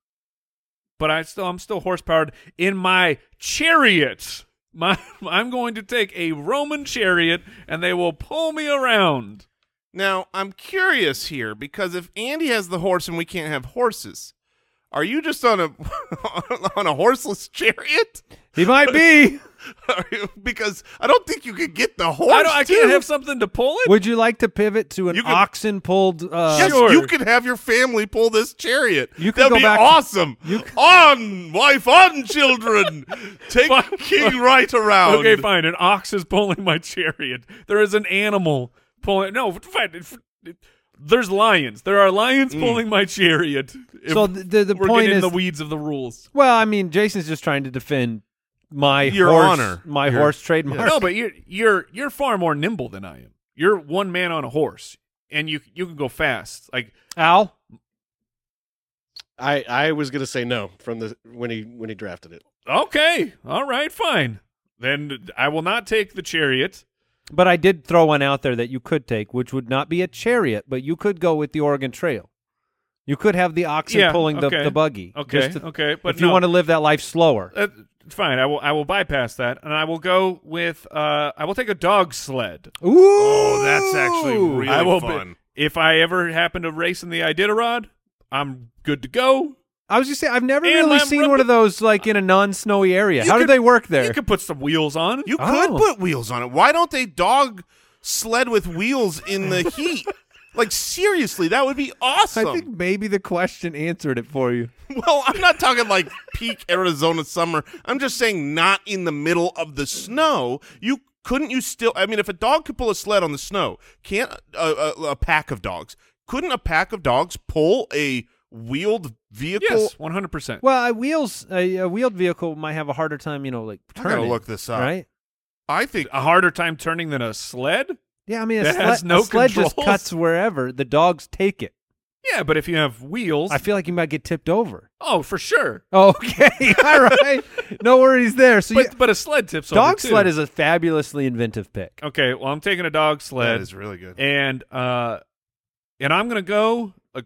but I still I'm still horsepowered in my chariot. My I'm going to take a Roman chariot, and they will pull me around.
Now, I'm curious here because if Andy has the horse and we can't have horses, are you just on a on a horseless chariot?
He might be.
Are you- because I don't think you could get the horse.
I, don't, I
too.
can't have something to pull it.
Would you like to pivot to an
You can-
oxen pulled? Uh,
Yes,
Sure.
you could have your family pull this chariot.
You could
That'd
go
be
back-
awesome.
you c-
on, wife, on, children. Take
Fine.
King right around.
Okay, fine. An ox is pulling my chariot. There is an animal pulling. No, fine. If- There's lions. There are lions pulling my chariot. If
So the- the- the
we're
point
getting in
is-
the weeds of the rules.
Well, I mean, Jason's just trying to defend my
Your
horse,
honor.
my
Your-
horse trademark.
No, but you're you're you're far more nimble than I am. You're one man on a horse, and you you can go fast. Like
Al,
I I was gonna say no from the when he when he drafted it.
okay, all right, fine. Then I will not take the chariot.
but I did throw one out there that you could take, which would not be a chariot, but you could go with the Oregon Trail. You could have the oxen
Yeah,
pulling the,
okay.
the buggy.
Okay,
just to-
okay, but
if you
no.
want to live that life slower,
Uh, fine, I will I will bypass that, and I will go with uh I will take a dog sled.
ooh,
Oh, that's actually really
I will be-
fun.
if I ever happen to race in the Iditarod, I'm good to go.
I was just saying, I've never
And
really
I'm
seen
rubber-
one of those like in a non-snowy area.
You
How
could-
do they work there?
You could put some wheels on.
You
Oh.
could put wheels on it. Why don't they dog sled with wheels in the heat? like seriously, that would be awesome.
I think maybe the question answered it for you.
well, I'm not talking like peak Arizona summer. I'm just saying not in the middle of the snow. You couldn't you still I mean if a dog could pull a sled on the snow, can't a, a, a pack of dogs? Couldn't a pack of dogs pull a wheeled vehicle?
yes, one hundred percent.
Well, a wheels a, a wheeled vehicle might have a harder time, you know, like
I
turning.
gotta look this up.
Right?
I think
A harder time turning than a sled.
Yeah, I mean, a,
That has
sled,
no
a sled just
controls.
cuts wherever. The dogs take it.
Yeah, but if you have wheels,
I feel like you might get tipped over.
oh for sure.
Okay, all right, no worries there. So,
But
you,
but a sled tips
dog
over too.
sled is a fabulously inventive pick.
okay. Well, I'm taking a dog sled,
that is really good.
and uh, and I'm gonna go. Uh,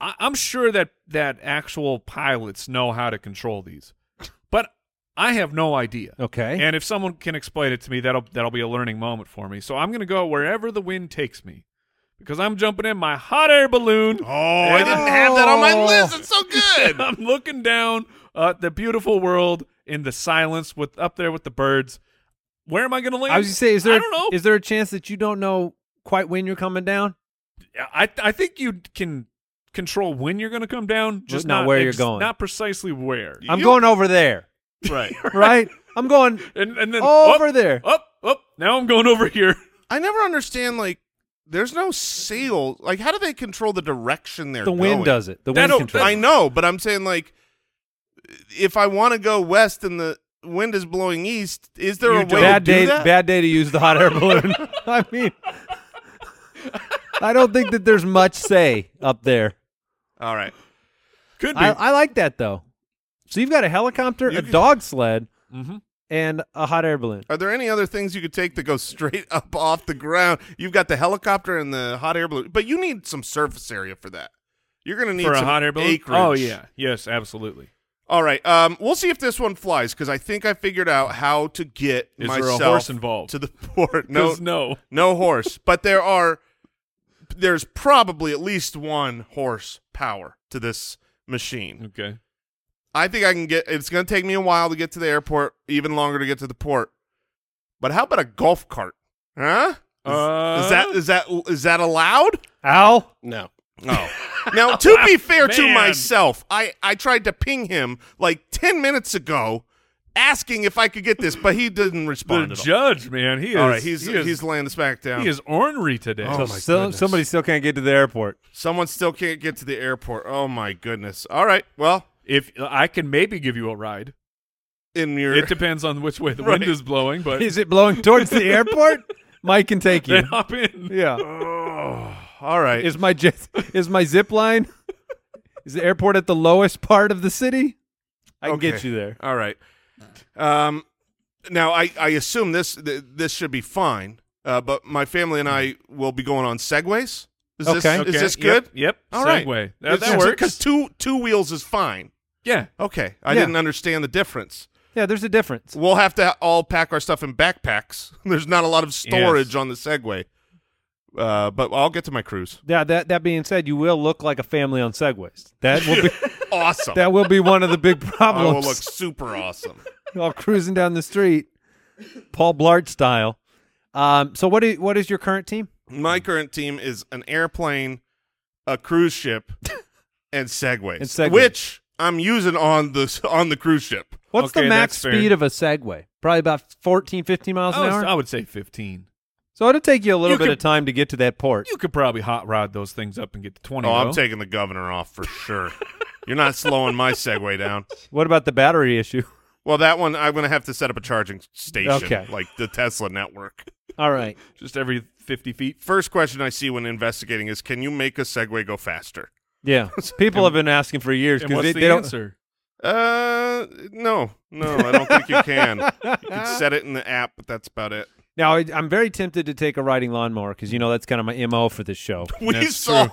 I, I'm sure that that actual pilots know how to control these, but I have no idea.
Okay,
Oh, And if someone can explain it to me, that'll that'll be a learning moment for me. So I'm gonna go wherever the wind takes me, because I'm jumping in my hot air balloon.
Oh, I didn't have that on my list. It's so good.
I'm looking down uh, at the beautiful world in the silence with up there with the birds. Where am I gonna land?
I was just say, is there
I don't know.
is there a chance that you don't know quite when you're coming down?
I I think you can control when you're gonna come down, just
not where you're
ex-
going.
not precisely where.
I'm going over there,
right,
right? I'm going
and and then
over
up,
there.
Up, up. Now I'm going over here.
I never understand like there's no sail. Like how do they control the direction they're
The wind
going?
does it. The
That
wind
don't-
controls.
I
it.
know, but I'm saying like if I want to go west and the wind is blowing east, is there
You
a way
don't.
to
bad
do
day.
that?
Bad day to use the hot air balloon. I mean, I don't think that there's much say up there.
All right.
Could be.
I, I like that though. So you've got a helicopter,
You
a
could- Mm-hmm.
dog sled,
Mhm.
and a hot air balloon.
Are there any other things you could take that go straight up off the ground? You've got the helicopter and the hot air balloon, but you need some surface area for that. You're going to need
for a
some
hot air balloon.
acreage.
Oh yeah, yes, absolutely.
All right. Um, we'll see if this one flies because I think I figured out how to get
Is there a
myself
horse involved?
to the port. No,
'Cause no.
No horse, but there are there's probably at least one horse power to this machine.
Okay.
I think I can get it's going to take me a while to get to the airport, even longer to get to the port. But how about a golf cart?
Uh,
Huh? Is, is that is that is that allowed?
Al,
No,
No. Now, to be fair to
Man.
myself, I, I tried to ping him like 10 minutes ago asking if I could get this, but he didn't
The
respond at all.
judge, man, he is.
all right, he's,
he is,
he's laying this back down.
he is ornery today.
Oh,
So
my
still-
goodness.
somebody still can't get to the airport.
Someone still can't get to the airport. Oh, my goodness. All right, well,
If I can maybe give you a ride,
in your.
it depends on which way the
Right.
wind is blowing. But
Is it blowing towards the airport? Mike can take you.
then hop in.
Yeah.
oh, all right.
Is my jet, is my zip line? Is the airport at the lowest part of the city? I can get
Okay.
you there.
All right. Um, now I, I assume this th- this should be fine. Uh, but my family and I will be going on segways. Is
Okay.
this
Okay,
is this
yep,
good?
Yep.
All right.
Segway. That, that
Because
works.
two two wheels is fine.
Yeah.
Okay, I
Yeah.
didn't understand the difference.
Yeah, there's a difference.
We'll have to all pack our stuff in backpacks. There's not a lot of storage
Yes.
on the Segway. Uh, but I'll get to my cruise.
Yeah, that that being said, you will look like a family on segways. That will be
Awesome.
that will be one of the big
I will
problems.
look super awesome.
All cruising down the street, Paul Blart style. Um, so what is what is your current team?
My current team is an airplane, a cruise ship, and segways,
And Segways.
which I'm using on the on the cruise ship.
What's
Okay,
the max
that's fair.
speed of a Segway? Probably about 14, 15 miles
I
an
would,
hour.
I would say 15.
so it'll take you a little
You
bit
could-
of time to get to that port.
You could probably hot rod those things up and get to 20.
Oh, I'm
though.
taking the governor off for sure. You're not slowing my Segway down.
what about the battery issue?
Well, that one I'm going to have to set up a charging station,
Okay.
like the Tesla network.
All right.
just every 50 feet.
First question I see when investigating is, can you make a Segway go faster?
Yeah. People have been asking for years
And
because
what's
they,
the
they don't.
answer?
Uh, no, no, I don't think you can. You can set it in the app, but that's about it.
Now I, I'm very tempted to take a riding lawnmower because you know that's kind of my mo for this show.
We
That's
saw.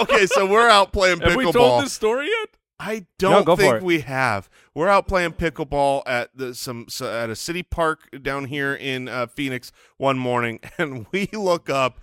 okay, so we're out playing pickleball.
Have we told this story yet?
I don't
go for
think
it.
we have. We're out playing pickleball at the some so at a city park down here in uh, Phoenix one morning, and we look up,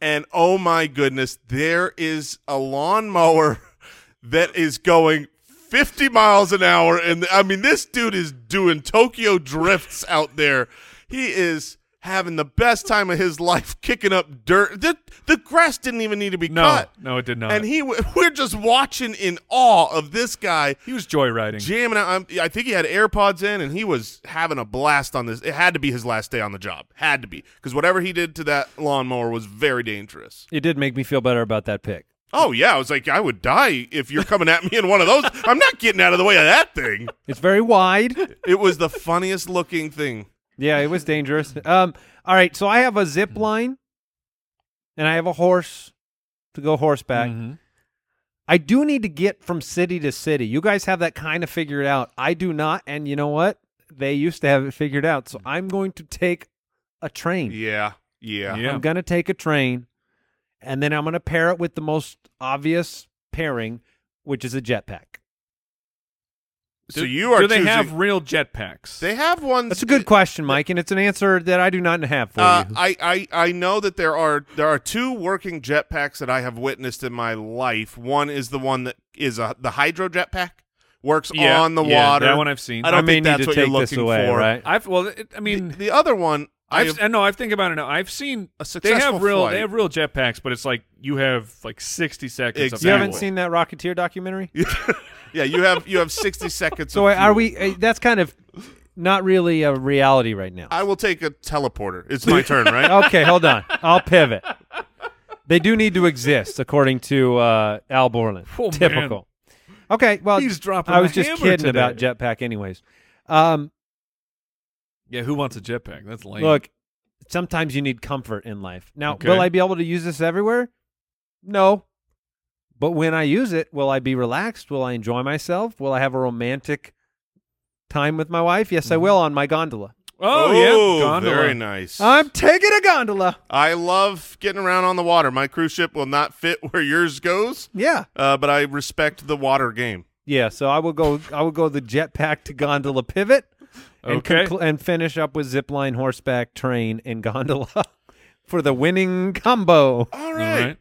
and oh my goodness, there is a lawnmower that is going. 50 miles an hour and I mean this dude is doing Tokyo drifts out there. He is having the best time of his life kicking up dirt. The, the grass didn't even need to be
No,
cut.
no, it did not.
And he, w- we're just watching in awe of this guy
He was joyriding.
jamming out. I'm- I think he had AirPods in, and he was having a blast on this. It had to be his last day on the job, had to be, because whatever he did to that lawnmower was very dangerous.
It did make me feel better about that pick.
Oh yeah, I was like, I would die if you're coming at me in one of those. I'm not getting out of the way of that thing.
It's very wide.
It was the funniest looking thing.
Yeah, it was dangerous. Um, all right, so I have a zip line, and I have a horse to go horseback.
Mm-hmm.
Mhm.
I do need to get from city to city. You guys have that kind of figured out. I do not, and you know what? They used to have it figured out. So I'm going to take a train.
Mm. Yeah, yeah.
Yeah.
I'm going to take a train, and then I'm going to pair it with the most obvious pairing, which is a jetpack.
So
Do-
you are.
Do they
choosing-
have real jetpacks?
They have ones.
That's a good question, Mike, and it's an answer that I do not have for
Uh,
you.
I, I I know that there are there are two working jetpacks that I have witnessed in my life. One is the one that is a the hydro jetpack works
Yeah,
on the
yeah,
water.
That one I've seen.
I don't
may
think
need
that's
to
what
take
you're
this
looking
away,
for.
right?
I've well, it, I mean,
The, the other one I
I've
have,
I know. I've think about it now. I've seen
A
they
successful
have real
flight.
they have real jetpacks, but it's like you have like sixty seconds.
Exactly.
you haven't
Of fuel.
seen that Rocketeer documentary?
yeah you have you have sixty seconds.
So
of fuel.
are we? Uh, that's kind of not really a reality right now.
I will take a teleporter. It's my turn, right?
Okay, hold on. I'll pivot. They do need to exist, according to uh, Al Borland.
Oh, man.
Typical. Okay, well,
He's dropping
I was
a
just
hammer
kidding
today.
about jetpack, anyways. Um,
Yeah, who wants a jetpack? That's lame.
look, sometimes you need comfort in life. Now,
Okay.
will I be able to use this everywhere? No. But when I use it, will I be relaxed? Will I enjoy myself? Will I have a romantic time with my wife? Yes, I
Mm-hmm.
will on my gondola.
oh, yeah, gondola.
very nice.
I'm taking a gondola.
I love getting around on the water. My cruise ship will not fit where yours goes,
Yeah.
uh, but I respect the water game.
Yeah, so I will go. I will go the jetpack to gondola pivot, and
Okay.
conclu- and finish up with zipline, horseback, train, and gondola for the winning combo.
All
All
right.
right.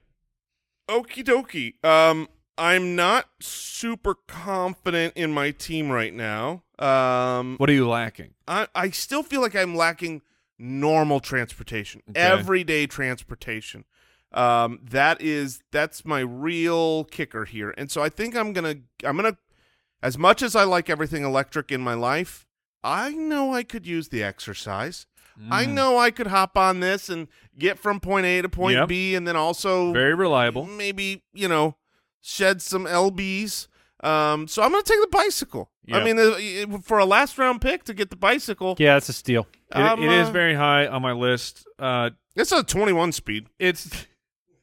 Okie dokie. Um, I'm not super confident in my team right now. Um,
What are you lacking?
I, I still feel like I'm lacking normal transportation,
Okay.
everyday transportation. Um, that is that's my real kicker here, and so I think I'm gonna I'm gonna as much as I like everything electric in my life, I know I could use the exercise. I
Mm.
know I could hop on this and get from point A to point
Yep.
B, and then also
Very reliable.
maybe you know shed some lbs um so i'm gonna take the bicycle i
Yeah.
mean uh, uh, for a last round pick to get the bicycle
Yeah, it's a steal.
It,
I'm,
it is
uh,
very high on my list. Uh,
it's a 21 speed
it's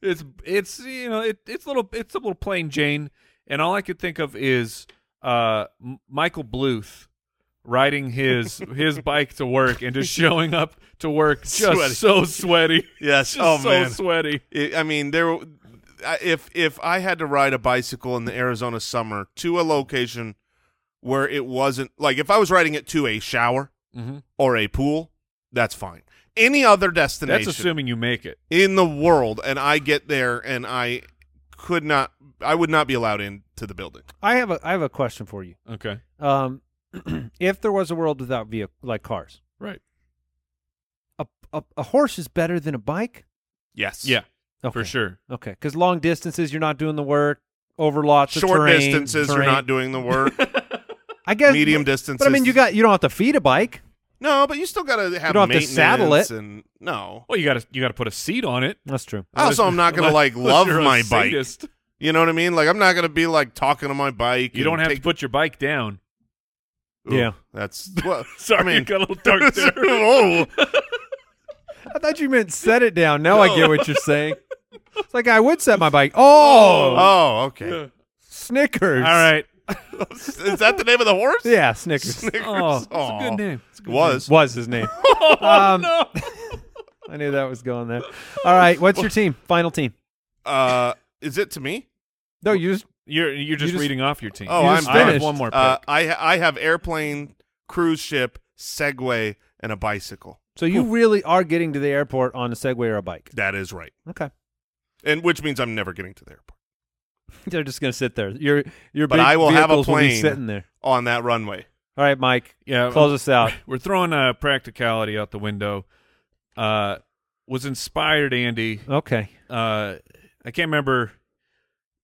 it's it's you know it, it's a little it's a little plain Jane, and all I could think of is uh M- Michael Bluth riding his his bike to work and just showing up to work just
Sweaty.
so sweaty.
Yes.
Just
Oh,
so
man.
sweaty.
I i mean there were- I- if if i had to ride a bicycle in the arizona summer to a location where it wasn't like if i was riding it to a shower
Mhm.
or a pool that's fine any other destination
That's assuming you make it.
in the world and i get there and i could not i would not be allowed into the building
I have a I have a question for you.
Okay.
Um, if there was a world without vehicle like cars,
Right.
a, a a horse is better than a bike.
yes
Yeah.
Okay.
For sure.
Okay, because long distances you're not doing the work. Over lots of
short
terrain-
distances you're
terrain.
not doing the work
I guess
medium
but-
distances
But I mean, you got you don't have to feed a bike.
no but you still gotta have
don't have to
maintenance
saddle it.
and no
Well, you got to you got to put a seat on it.
That's true.
also i'm not gonna like
Unless
love
you're a
my bike
sadist.
you know what i mean like i'm not gonna be like talking to my bike
You
and
don't have
take,
to put your bike down.
Ooh,
Yeah.
that's well,
Sorry,
i mean
it got a little dark there.
oh
I thought you meant set it down. Now I get what you're saying. It's like I would set my bike. Oh,
oh okay
Snickers.
All right.
is that the name of the horse
Yeah, Snickers.
Oh, it's
Aw.
a good name. It's a good
was Oh,
was his name. um, I knew that was going there. All right, what's your team? Final team?
uh is it to me
No, you just
You're you're just,
just-
reading off your team.
oh
You
i'm
just
I have
finished.
one more pick.
uh, I ha- I have airplane, cruise ship, Segway, and a bicycle.
so you really are getting to the airport on a Segway or a bike.
That is right,
Okay,
and which means I'm never getting to the airport
they're just gonna sit there. Your your
But
big
I will have a
vehicles will be
plane.
sitting there.
on that runway.
All right, Mike,
yeah,
close us out.
we're throwing uh, practicality out the window. Uh, was inspired, Andy.
Okay,
Uh, I can't remember.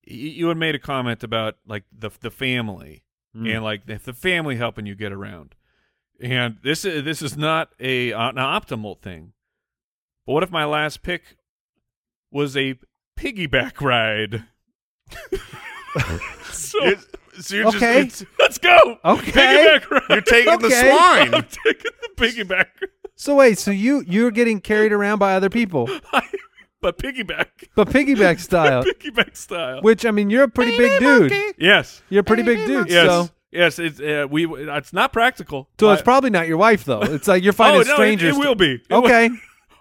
y- You had made a comment about like the the family
Mm.
and like if the family helping you get around. And this is this is not a uh, an optimal thing. But what if my last pick was a piggyback ride? so
It's- so you're
Okay.
just it's-
let's go.
okay.
Piggyback ride.
you're taking the
Okay.
I'm
swine.
taking the piggyback,
So wait, so you you're getting carried around by other people,
but piggyback,
but piggyback style.
piggyback style.
Which I mean, you're a pretty big dude.
yes,
You're a pretty big dude.
yes,
So
yes. It's uh, we. It's not practical.
so it's
I-
probably not your wife though. It's like you're
Oh
finding
no, it,
strangers.
it will be. It will-
Okay.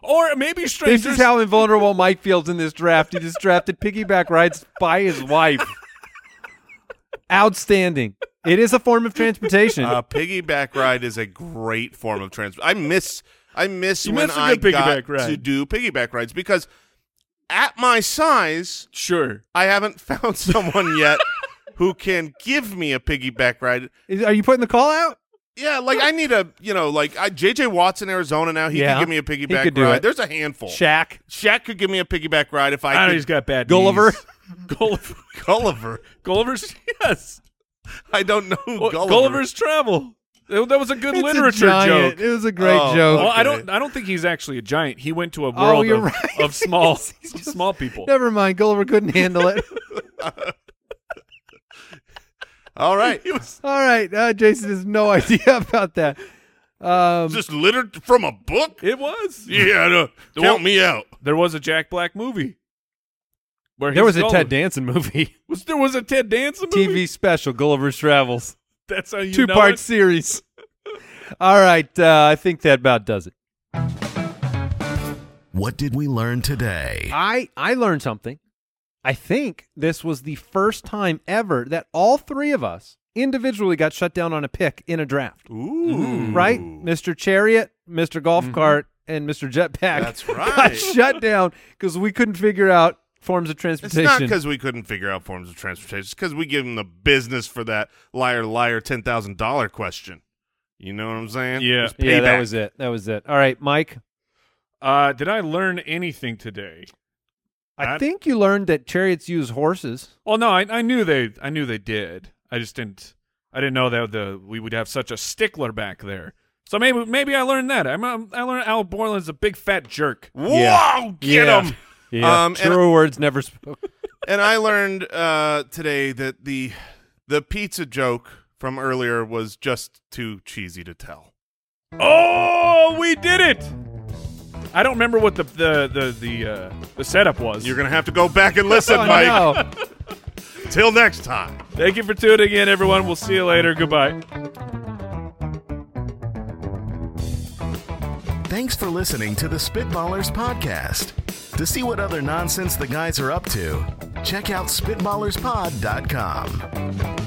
or maybe strangers.
This is how invulnerable Mike feels in this draft. He just drafted piggyback rides by his wife. Outstanding. It is a form of transportation.
Uh,
A Uh, piggyback ride is a great form of transport. I miss I miss
You
when
miss a
I
good piggyback
got
ride.
to do piggyback rides because at my size,
sure.
I haven't found someone yet who can give me a piggyback ride.
Is- are you putting the call out?
Yeah, like I need a you know like I, JJ Watts in Arizona now. He
Yeah.
could give me a
He
piggyback
could do
ride.
it.
There's a handful.
Shaq.
Shaq could give me a piggyback ride if I,
I know
could.
he's got bad.
Gulliver.
knees. Gulliver.
Gulliver.
Gulliver's. Yes.
I don't know who
Well,
Gulliver.
Gulliver's travel. That that was a good
It's a
literature
giant-
joke.
It was a great
Oh,
joke.
Well, I
Okay.
don't. I don't think he's actually a giant. He went to a
Oh,
world
you're
of,
right.
of small,
He's just-
small people.
Never mind. Gulliver couldn't handle it.
All right.
All right. Uh, Jason has no idea about that. Um,
Just littered from a book?
It was.
Yeah, no,
The
count
one-
me out.
There was a Jack Black movie. Where
there
he's
was a
Gulliver.
Ted Danson movie,
Was there was a Ted Danson movie?
TV special, Gulliver's Travels,
That's how you
two
know
part
it?
series. All right. Uh, I think that about does it.
What did we learn today?
I I learned something. I think this was the first time ever that all three of us individually got shut down on a pick in a draft.
Ooh. Mm-hmm.
Right? Mr. Chariot, Mr. Golf Cart, and Mr. Jetpack
That's
got
right.
shut down because we couldn't figure out forms of
It's not
transportation.
because we couldn't figure out forms of transportation. It's because we give them the business for that liar, liar, ten thousand dollar question. You know what I'm saying?
Yeah.
It's
yeah, that
payback.
was it. That was it. All right, Mike.
Uh, did I learn anything today?
I
I-
think you learned that chariots use horses.
Well, no, I, I knew they I knew they did. I just didn't I didn't know that the we would have such a stickler back there. So maybe maybe I learned that. I'm, I'm- I learned Al Borland's a big fat jerk.
Whoa, get
Yeah.
him!
Yeah,
Um, and-
truer words never spoken.
and I learned uh, today that the the pizza joke from earlier was just too cheesy to tell.
Oh, we did it! I don't remember what the the the the, uh, the setup was.
You're gonna have to go back and listen,
Oh,
Mike.
no.
Till next time.
Thank you for tuning in, everyone. We'll see you later. Goodbye.
Thanks for listening to the Spitballers Podcast. To see what other nonsense the guys are up to, check out SpitballersPod.com.